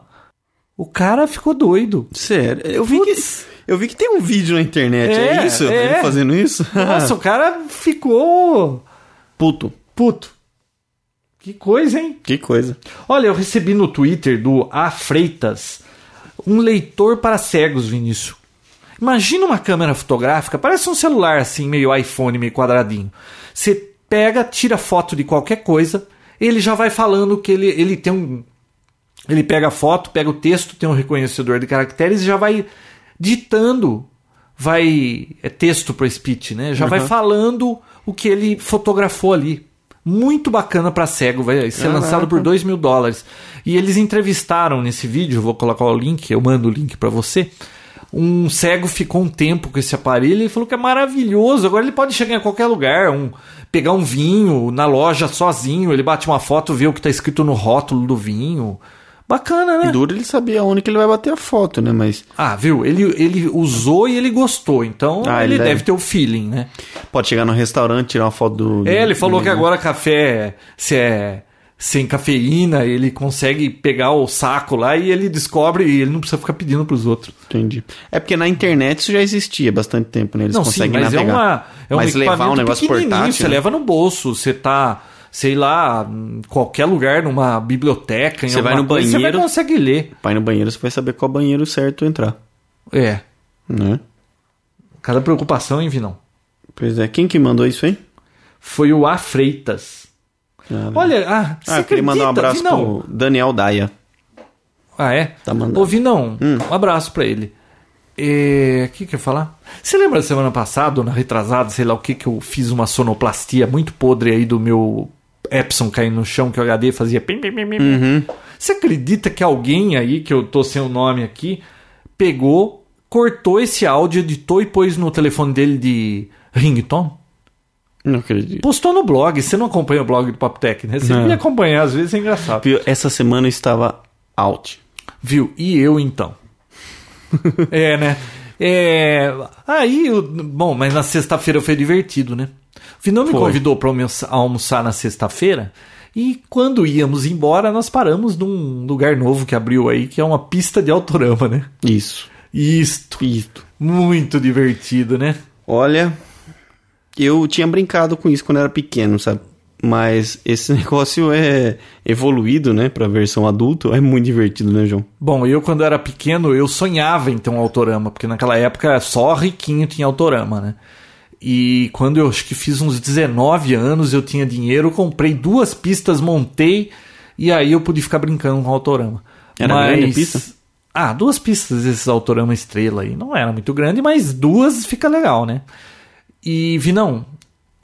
B: O cara ficou doido.
C: Sério, eu vi, que,
B: Putz.
C: eu vi que tem um vídeo na internet, é,
B: É,
C: isso?
B: é.
C: Ele fazendo isso?
B: Nossa, o cara ficou
C: Puto,
B: puto. Que coisa, hein?
C: que coisa.
B: Olha, eu recebi no Twitter do A Freitas um leitor para cegos, Vinícius. Imagina uma câmera fotográfica, parece um celular assim, meio iPhone, meio quadradinho. Você pega, tira foto de qualquer coisa, ele já vai falando que ele, ele tem um. Ele pega a foto, pega o texto, tem um reconhecedor de caracteres e já vai ditando. Vai. É texto para speech, né? Já vai
C: Uhum.
B: falando o que ele fotografou ali. Muito bacana para cego, vai ser
C: Caraca.
B: lançado por 2 mil dólares. E eles entrevistaram nesse vídeo, eu vou colocar o link, eu mando o link para você. Um cego ficou um tempo com esse aparelho e falou que é maravilhoso. Agora ele pode chegar em qualquer lugar, um, pegar um vinho na loja sozinho, ele bate uma foto, vê o que tá escrito no rótulo do vinho. Bacana, né?
C: Duro ele sabia onde que ele vai bater a foto, né? Mas
B: Ah, viu? Ele, ele usou e ele gostou, então
C: Ah,
B: ele
C: ele deve.
B: deve ter o feeling, né?
C: pode chegar no restaurante, tirar uma foto do... do-
B: É, ele falou
C: do-
B: que agora café se é sem cafeína, ele consegue pegar o saco lá e ele descobre e ele não precisa ficar pedindo pros outros.
C: Entendi. É porque na internet isso já existia há bastante tempo, né? Eles
B: não, sim,
C: conseguem
B: mas é,
C: navegar.
B: uma, é um
C: Mas levar
B: equipamento
C: um negócio
B: pequenininho,
C: portátil,
B: Você
C: né?
B: leva no bolso, você tá, sei lá, em qualquer lugar, numa biblioteca, em
C: Você vai
B: alguma
C: no
B: coisa, Você
C: banheiro.
B: vai consegue ler.
C: Vai no banheiro, você vai saber qual banheiro certo entrar,
B: É.
C: né?
B: Cada preocupação, hein, Vinão?
C: Pois é, quem que mandou isso aí?
B: Foi o A Freitas.
C: Ah,
B: Olha, ah, você
C: ah, eu queria mandar um
B: acredita,
C: abraço
B: Vinão?
C: pro Daniel Daia.
B: Ah, é?
C: Tá mandando.
B: Ô, Vinão, um abraço pra ele. É, O que que eu ia falar? Você lembra da semana passada, ou na retrasada, sei lá o que, que eu fiz uma sonoplastia muito podre aí do meu Epson caindo no chão, que o HD fazia... pim, pim, pim, pim, pim?
C: Uhum.
B: Você acredita que alguém aí, que eu tô sem o nome aqui, pegou, cortou esse áudio, editou e pôs no telefone dele de ringtone?
C: Não acredito.
B: Postou no blog. Você não acompanha o blog do Papotec, né? Você
C: Não.
B: devia acompanhar, às vezes é engraçado.
C: Viu, Essa semana eu estava out.
B: Viu? E eu então? é, né? É, aí, eu- bom, mas na sexta-feira foi divertido, né? O Vinão me
C: Foi.
B: convidou para almoçar na sexta-feira e quando íamos embora, nós paramos num lugar novo que abriu aí, que é uma pista de autorama, né?
C: Isso.
B: Isto,
C: Isso.
B: muito divertido, né?
C: Olha, eu tinha brincado com isso quando era pequeno, sabe? Mas esse negócio é evoluído, né? Pra versão adulto. É muito divertido, né, João?
B: Bom, eu quando era pequeno, eu sonhava em ter um autorama, porque naquela época só riquinho tinha autorama, né? E quando eu acho que fiz uns 19 anos, eu tinha dinheiro, eu comprei duas pistas, montei, e aí eu pude ficar brincando com o autorama.
C: Era grande a pista?
B: Ah, duas pistas desses autorama estrela aí. Não era muito grande, mas duas fica legal, né? E Vinão,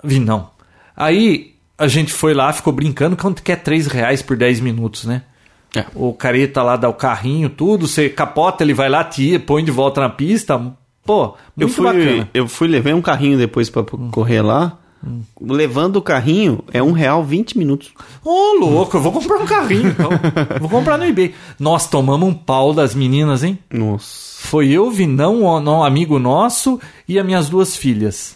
B: Vinão. Aí a gente foi lá, ficou brincando, quanto que é 3 reais por 10 minutos, né?
C: É.
B: O careta lá dá o carrinho, tudo, você capota, ele vai lá, tira, põe de volta na pista. Pô, muito
C: Eu fui,
B: bacana.
C: eu fui, levei um carrinho depois pra correr lá. Levando o carrinho é um real 20 minutos.
B: Ô, louco, eu vou comprar um carrinho, então. vou comprar no eBay. Nós tomamos um pau das meninas, hein?
C: Nossa.
B: Foi eu, Vinão, um um amigo nosso e as minhas duas filhas.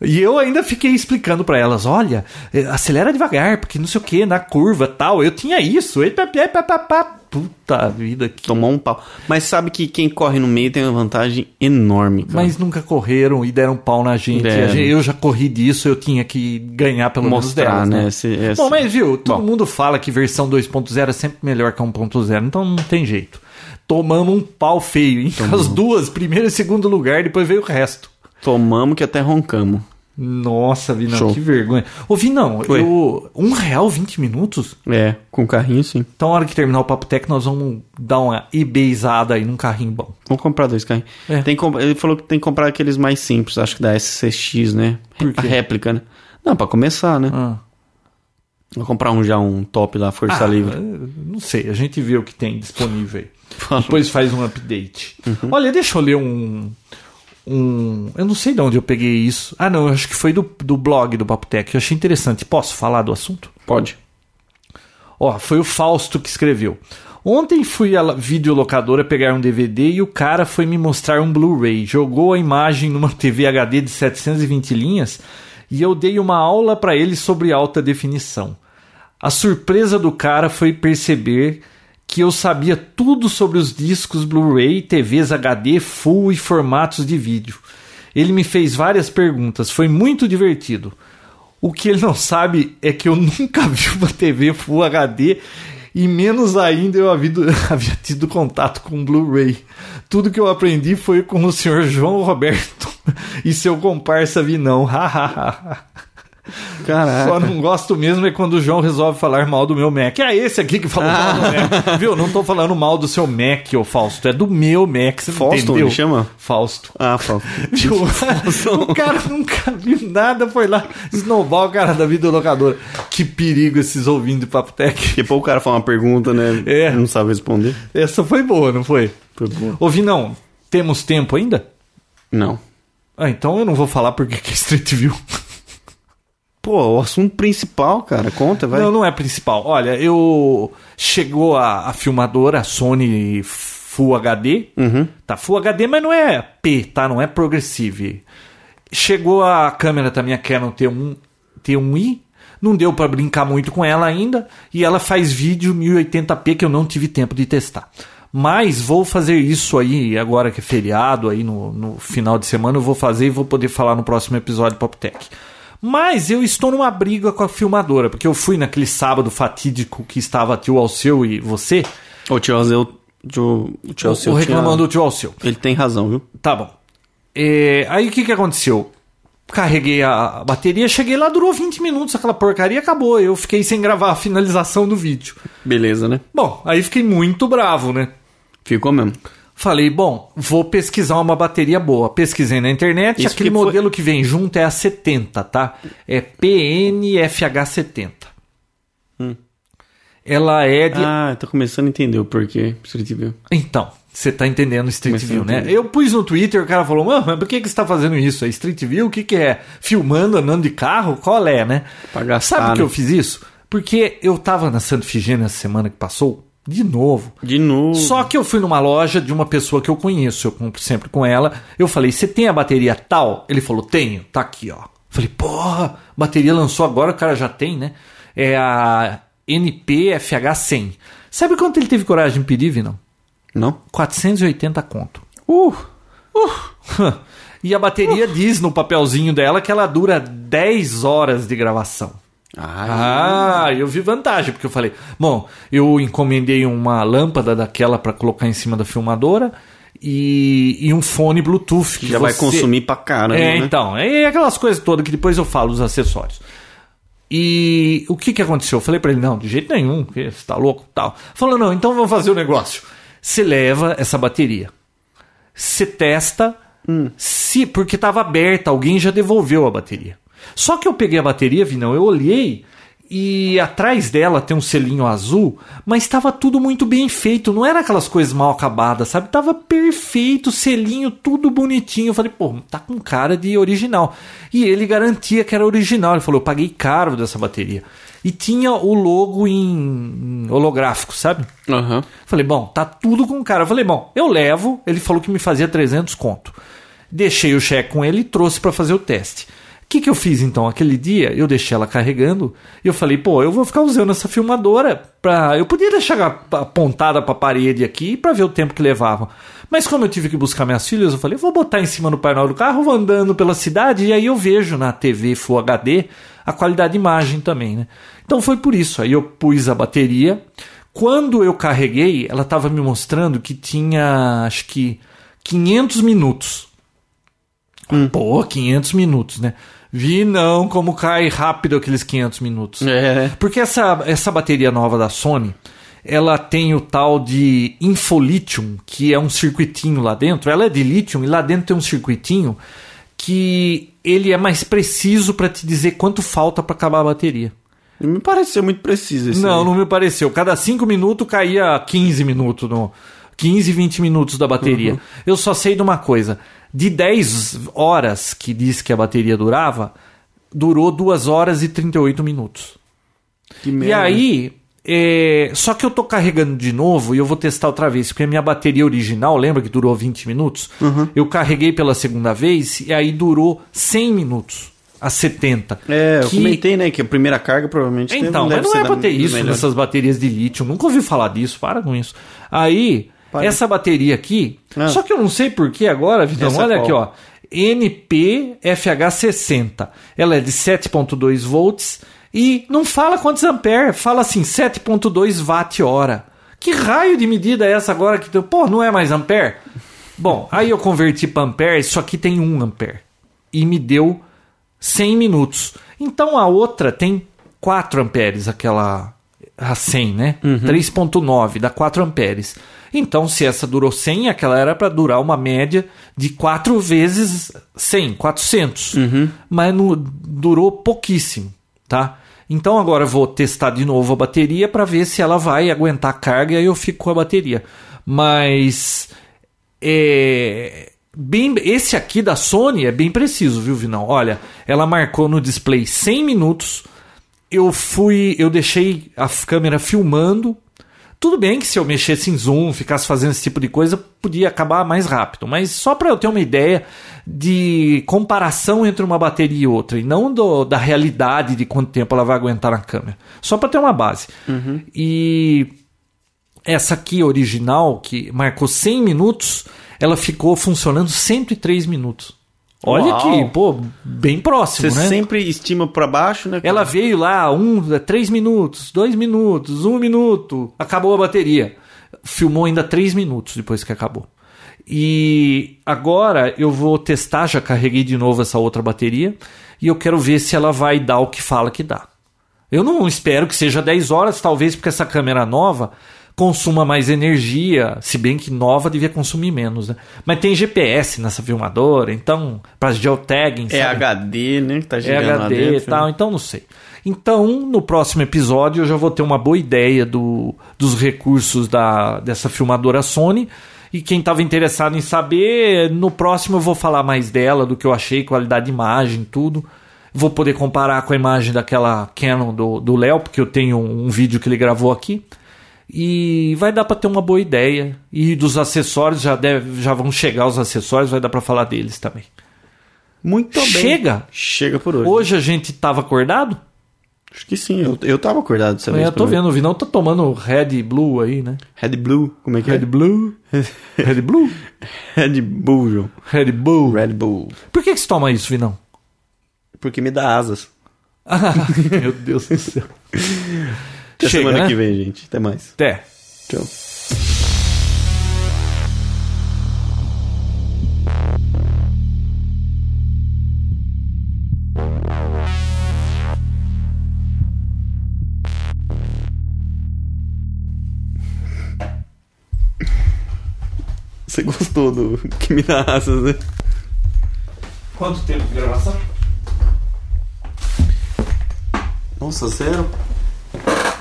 B: E eu ainda fiquei explicando pra elas, olha, eh, acelera devagar, porque não sei o que, na curva tal, eu tinha isso. E pá, pá, pá, pá, pá. Puta vida, que...
C: Tomou um pau. Mas sabe que quem corre no meio tem uma vantagem enorme, cara.
B: Mas nunca correram e deram pau na gente.
C: Tá. Deram.
B: A gente- Eu já corri disso, eu tinha que ganhar pelo
C: Mostrar,
B: menos delas,
C: né? Esse- esse-
B: Bom, mas viu, todo
C: Bom.
B: mundo fala que versão 2.0 é sempre melhor que a 1.0, então não tem jeito. Tomamos um pau feio, hein?
C: um-
B: As duas, primeiro e segundo lugar, depois veio o resto.
C: Tomamos que até roncamos.
B: Nossa, Vinão,
C: Show.
B: que vergonha. Ô, Vinão,
C: Oi.
B: eu, um real 20 minutos?
C: É, com o carrinho sim.
B: Então, na hora que terminar o Papo Tech, nós vamos dar uma ebeizada aí num carrinho bom.
C: Vamos comprar dois carrinhos.
B: É.
C: Tem que comp- Ele falou que tem que comprar aqueles mais simples, acho que da SCX, né?
B: Por
C: A
B: quê?
C: réplica, né? Não, pra começar, né?
B: Ah.
C: Vou comprar um já, um top lá, Força
B: Ah,
C: Livre.
B: Não sei, a gente vê o que tem disponível aí.
C: Falou. Uhum.
B: Depois faz um update. Olha, deixa eu ler um. Um, eu não sei de onde eu peguei isso. Ah, não, eu acho que foi do, do blog do Papotec. Eu achei interessante. Posso falar do assunto?
C: Pode.
B: Ó, foi o Fausto que escreveu. Ontem fui à la- videolocadora pegar um DVD e o cara foi me mostrar um Blu-ray. Jogou a imagem numa TV HD de 720 linhas e eu dei uma aula para ele sobre alta definição. A surpresa do cara foi perceber que eu sabia tudo sobre os discos Blu-ray, TVs HD, full e formatos de vídeo. Ele me fez várias perguntas, foi muito divertido. O que ele não sabe é que eu nunca vi uma TV Full HD e menos ainda eu havido- havia tido contato com Blu-ray. Tudo que eu aprendi foi com o senhor João Roberto e seu comparsa Vinão.
C: Caraca.
B: Só não gosto mesmo é quando o João resolve falar mal do meu Mac. É esse aqui que falou mal do Mac. Viu? Não tô falando mal do seu Mac, ô Fausto. É do meu Mac. Você não
C: Fausto,
B: entendeu?
C: ele chama?
B: Fausto.
C: Ah, Fausto.
B: Viu? Tipo, O cara nunca viu nada, foi lá esnobar o cara da videolocadora. Que perigo esses ouvindo de Papo Tech.
C: Depois o cara fala uma pergunta, né?
B: É.
C: Não sabe responder.
B: Essa foi boa, não foi?
C: Foi bom.
B: Ô, Vinão, temos tempo ainda?
C: Não.
B: Ah, então eu não vou falar porque que é Street View.
C: Pô, o assunto principal, cara. Conta, vai.
B: Não, não é principal. Olha, eu. Chegou a, a filmadora, a Sony Full HD. Tá Full HD, mas não é P, tá? Não é Progressive. Chegou a câmera da minha Canon T1, T1i. Não deu pra brincar muito com ela ainda. E ela faz vídeo 1080p que eu não tive tempo de testar. Mas vou fazer isso aí agora que é feriado, aí no, no final de semana eu vou fazer e vou poder falar no próximo episódio do PopTech. Mas eu estou numa briga com a filmadora, porque eu fui naquele sábado fatídico que estava tio Alceu e você,
C: O tio Alceu... tio- O tio Alceu
B: o
C: tinha-
B: reclamando do tio Alceu.
C: Ele tem razão, viu?
B: Tá bom. É, aí o que, que aconteceu? Carreguei a bateria, cheguei lá, durou 20 minutos aquela porcaria, acabou. Eu fiquei sem gravar a finalização do vídeo.
C: Beleza, né?
B: Bom, aí fiquei muito bravo, né?
C: Ficou mesmo.
B: Falei, bom, vou pesquisar uma bateria boa. Pesquisei na internet,
C: Isso
B: aquele
C: que foi-
B: modelo que vem junto é a 70, tá? É PNFH70. Ela é de.
C: Hum. Ah, eu tô começando a entender o porquê. Street View.
B: Então, você tá entendendo Street
C: Comecei a
B: View, né?
C: entender.
B: Eu pus no Twitter, o cara falou, mano, mas por que, que você tá fazendo isso? É Street View? O que, que é? Filmando, andando de carro? Qual é, né?
C: Pra gastar,
B: Sabe por que
C: né?
B: eu fiz isso? Porque eu tava na Santa Figênia semana que passou, de novo.
C: De novo.
B: Só que eu fui numa loja de uma pessoa que eu conheço, eu compro sempre com ela. Eu falei, você tem a bateria tal? Ele falou, tenho, tá aqui, ó. Falei, porra, bateria lançou agora, o cara já tem, né? É a NPFH100. Sabe quanto ele teve coragem de pedir, Vinão?
C: Não?
B: 480 conto. Uh!
C: Uh!
B: e a bateria diz no papelzinho dela que ela dura 10 horas de gravação.
C: Ah,
B: Ah, eu vi vantagem, porque eu falei, bom, eu encomendei uma lâmpada daquela pra colocar em cima da filmadora e, e um fone Bluetooth. Que
C: já vai
B: você-
C: consumir pra caramba,
B: É,
C: né?
B: então, é aquelas coisas todas que depois eu falo, os acessórios. E o que que aconteceu? Eu falei pra ele, não, de jeito nenhum, que você tá louco tal. Falou, não, então vamos fazer o negócio. Você leva essa bateria, você testa, se porque estava aberta, alguém já devolveu a bateria. Só que eu peguei a bateria, Vinão, eu olhei e atrás dela tem um selinho azul, mas estava tudo muito bem feito, não era aquelas coisas mal acabadas, sabe? Tava perfeito, selinho, tudo bonitinho. Eu falei, pô, tá com cara de original. E ele garantia que era original. Ele falou, eu paguei caro dessa bateria. E tinha o logo em em holográfico, sabe?
C: Aham.
B: Falei, bom, tá tudo com o cara. Falei, bom, eu levo. Ele falou que me fazia 300 conto. Deixei o cheque com ele e trouxe pra fazer o teste. O que, que eu fiz então? Aquele dia eu deixei ela carregando e eu falei, pô, eu vou ficar usando essa filmadora pra. Eu podia deixar a- apontada pra parede aqui pra ver o tempo que levava. Mas como eu tive que buscar minhas filhas, eu falei, vou botar em cima do painel do carro, vou andando pela cidade e aí eu vejo na TV Full HD a qualidade de imagem também, né? Então foi por isso. Aí eu pus a bateria. Quando eu carreguei, ela estava me mostrando que tinha, acho que, 500 minutos. Pô, 500 minutos, né? Vi não como cai rápido aqueles 500 minutos.
C: É, né?
B: Porque essa, essa bateria nova da Sony, ela tem o tal de infolithium, que é um circuitinho lá dentro. Ela é de lítio e lá dentro tem um circuitinho que ele é mais preciso para te dizer quanto falta para acabar a bateria.
C: Não me parece ser muito preciso esse.
B: Não,
C: aí.
B: não me pareceu. Cada 5 minutos caía 15 minutos no 15, 20 minutos da bateria.
C: Uhum.
B: Eu só sei de uma coisa. De 10 horas que diz que a bateria durava, durou 2 horas e 38 minutos.
C: Que
B: E
C: merda.
B: aí, É, só que eu tô carregando de novo e eu vou testar outra vez, porque a minha bateria original, lembra que durou 20 minutos?
C: Uhum.
B: Eu carreguei pela segunda vez e aí durou 100 minutos a 70.
C: É, eu
B: que-
C: comentei, né, que a primeira carga provavelmente teve-
B: Então,
C: deve
B: mas não
C: ser
B: é
C: da-
B: pra ter
C: do
B: isso
C: melhor.
B: nessas baterias de lítio. Nunca ouvi falar disso, para com isso. Aí,
C: Para.
B: essa bateria aqui,
C: Ah.
B: só que eu não sei por que agora, Vitão,
C: Essa é
B: olha
C: qual?
B: aqui, ó. NPFH60. Ela é de 7.2 volts e não fala quantos ampere, fala assim 7.2 watt-hora. Que raio de medida é essa agora que, tu- pô, não é mais ampere? Bom, aí eu converti para ampere, isso aqui tem 1 ampere e me deu 100 minutos. Então a outra tem 4 amperes, aquela a 100, né? 3.9 dá 4 amperes. Então se essa durou 100, aquela era para durar uma média de 4 vezes 100, 400. Mas não, durou pouquíssimo, tá? Então agora eu vou testar de novo a bateria para ver se ela vai aguentar a carga e aí eu fico com a bateria. Mas é bem esse aqui da Sony é bem preciso, viu, Vinão? Olha, ela marcou no display 100 minutos. Eu fui, eu deixei a f- câmera filmando. Tudo bem que se eu mexesse em zoom, ficasse fazendo esse tipo de coisa, podia acabar mais rápido, mas só para eu ter uma ideia de comparação entre uma bateria e outra, e não do- da realidade de quanto tempo ela vai aguentar na câmera. Só para ter uma base. E essa aqui original, que marcou 100 minutos, ela ficou funcionando 103 minutos. Olha
C: Uau.
B: que, pô, bem próximo,
C: Você
B: né?
C: sempre estima pra baixo, né?
B: Ela veio lá, um, três minutos, dois minutos, um minuto, acabou a bateria. Filmou ainda três minutos depois que acabou. E agora eu vou testar, já carreguei de novo essa outra bateria e eu quero ver se ela vai dar o que fala que dá. Eu não espero que seja 10 horas, talvez porque essa câmera nova consuma mais energia, se bem que nova devia consumir menos, né? Mas tem GPS nessa filmadora, então, para geotagging,
C: É
B: sabe?
C: HD, né? Que tá
B: é
C: girando lá
B: HD e
C: dentro. né?
B: tal, então não sei. Então, no próximo episódio, eu já vou ter uma boa ideia do, dos recursos da, dessa filmadora Sony. E quem estava interessado em saber, no próximo eu vou falar mais dela, do que eu achei, qualidade de imagem, tudo. Vou poder comparar com a imagem daquela Canon do do Léo, porque eu tenho um vídeo que ele gravou aqui. E vai dar para ter uma boa ideia. E dos acessórios, já, deve, já vão chegar os acessórios, vai dar para falar deles também.
C: Muito bem.
B: Chega!
C: Chega por hoje.
B: Hoje a gente tava acordado?
C: Acho que sim. Eu, eu tava acordado dessa vez.
B: eu tô
C: pelo menos.
B: vendo, o Vinão tá tomando red e blue aí, né?
C: Red Blue. Como é que é?
B: blue? Red blue?
C: Red Bull, João.
B: Red bull.
C: Red Bull.
B: Por que que você toma isso, Vinão?
C: Porque me dá asas.
B: Ah, Meu Deus do céu.
C: Até
B: Chega,
C: semana
B: né?
C: que vem, gente. Até mais.
B: Até.
C: Tchau. Você gostou do que me dá asas, né?
B: Quanto tempo de gravação?
C: Nossa, zero.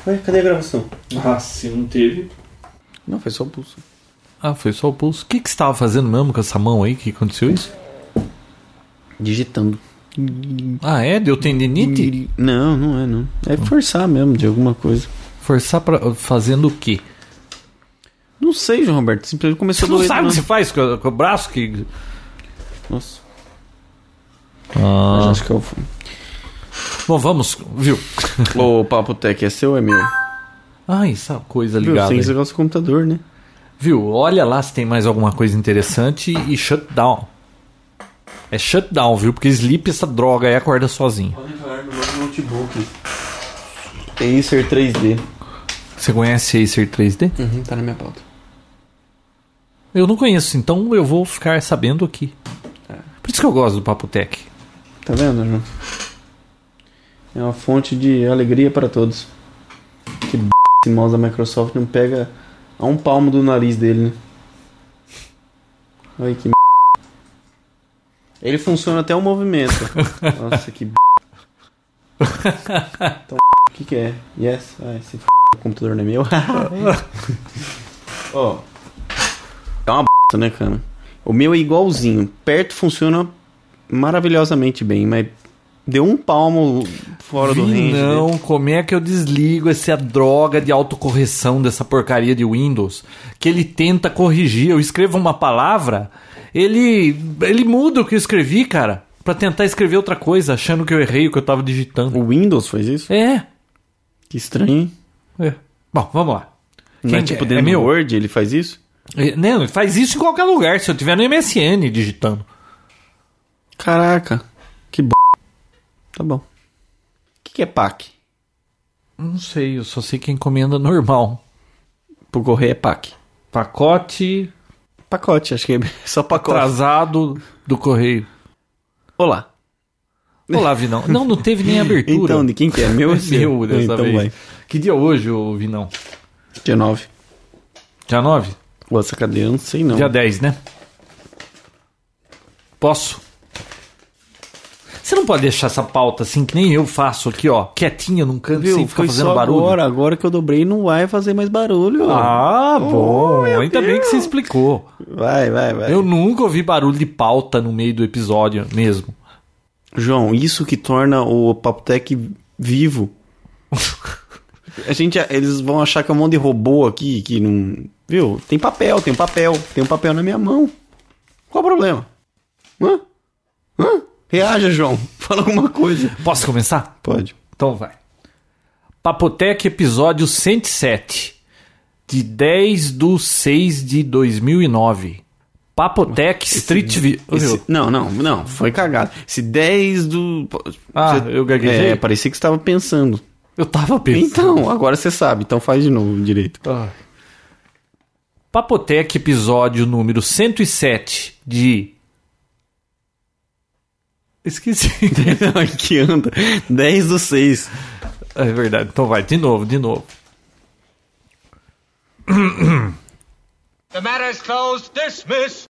C: Ué, cadê a gravação?
B: Ah, se não teve.
C: Não, foi só o pulso.
B: Ah, foi só o pulso. O que que você tava fazendo mesmo com essa mão aí que aconteceu isso?
C: Digitando.
B: Ah, é? Deu tendinite?
C: Não, não é, não. É forçar mesmo de alguma coisa.
B: Forçar pra... fazendo o quê?
C: Não sei, João Roberto. Simplesmente começou
B: Você
C: a
B: não
C: doer.
B: sabe
C: do
B: o que você
C: nada.
B: faz com, com o braço que...
C: Nossa, mas
B: Ah.
C: acho que é o fundo.
B: Bom, vamos, viu?
C: Ô, Papo Tech, é seu ou é meu?
B: Ai, Ah, essa coisa
C: Viu,
B: ligada
C: Sem
B: aí.
C: desligar o seu computador, né?
B: Viu? Olha lá se tem mais alguma coisa interessante e shutdown. É shutdown, viu? Porque sleep é essa droga aí acorda sozinho.
C: Podem falar do novo notebook. Acer 3D.
B: Você conhece Acer 3D?
C: Uhum, tá na minha pauta.
B: Eu não conheço, então eu vou ficar sabendo aqui. Por isso que eu gosto do Papo Tech.
C: Tá vendo, João? É uma fonte de alegria para todos. Que b... esse mouse da Microsoft não pega a um palmo do nariz dele, né? Olha que b... Ele funciona até o movimento. Nossa, que b... Então, o que que é? Yes? Ah, esse f... o computador não é meu. Ó. É uma b... né, cara? O meu é igualzinho. Perto funciona maravilhosamente bem, mas Deu um palmo fora do range. né?
B: não,
C: dele.
B: como é que eu desligo essa droga de autocorreção dessa porcaria de Windows? Que ele tenta corrigir. Eu escrevo uma palavra, ele ele muda o que eu escrevi, cara, Pra tentar escrever outra coisa, achando que eu errei o que eu tava digitando.
C: O Windows fez isso?
B: É.
C: Que estranho. hein?
B: é. Bom, vamos lá.
C: Não é tipo
B: é
C: dentro do
B: meu?
C: Word, ele faz isso?
B: É, Não, ele faz isso em qualquer lugar, se eu tiver no MSN digitando.
C: Caraca, que b... Tá bom. O que, que é PAC?
B: Não sei, eu só sei que é encomenda normal.
C: Pro correio é PAC.
B: Pacote
C: Pacote, acho que é só pacote.
B: atrasado do correio.
C: Olá.
B: Olá, Vinão. Não, não teve nem abertura.
C: Então, de quem que é? Meu ou
B: é
C: seu?
B: meu dessa
C: então
B: vez.
C: vai.
B: Que dia é hoje, ô Vinão?
C: Dia 9.
B: Dia 9?
C: Pô, essa cadeira eu não sei não.
B: Dia 10, né? Posso? Você não pode deixar essa pauta assim, que nem eu faço aqui, ó, quietinha num canto,
C: Viu?
B: sem ficar
C: Foi
B: fazendo
C: só
B: barulho.
C: agora, agora que eu dobrei não vai fazer mais barulho.
B: Ah, bom.
C: meu
B: Ainda bem que você explicou.
C: Vai, vai, vai.
B: Eu nunca ouvi barulho de pauta no meio do episódio mesmo.
C: João, isso que torna o Papotec vivo. A gente, eles vão achar que é um monte de robô aqui que não. Viu? Tem papel, tem papel, tem um papel na minha mão. Qual o problema? Hã? Hã? Reaja, João. Fala alguma coisa.
B: Posso começar?
C: Pode.
B: Então vai. Papotec, episódio 107, de 10 de 6 de 2009. Papotec Street View.
C: Esse- não, não, não. Foi cagado. Esse 10 do.
B: Ah,
C: Você-
B: eu gaguejei?
C: É, parecia que você tava pensando.
B: Eu tava pensando.
C: Então, agora você sabe. Então faz de novo direito.
B: Ah. Papotec, episódio número 107, de... Esqueci.
C: que anda. 10 do 6.
B: É verdade. Então vai, de novo, de novo.
D: The matter is closed. Dismiss.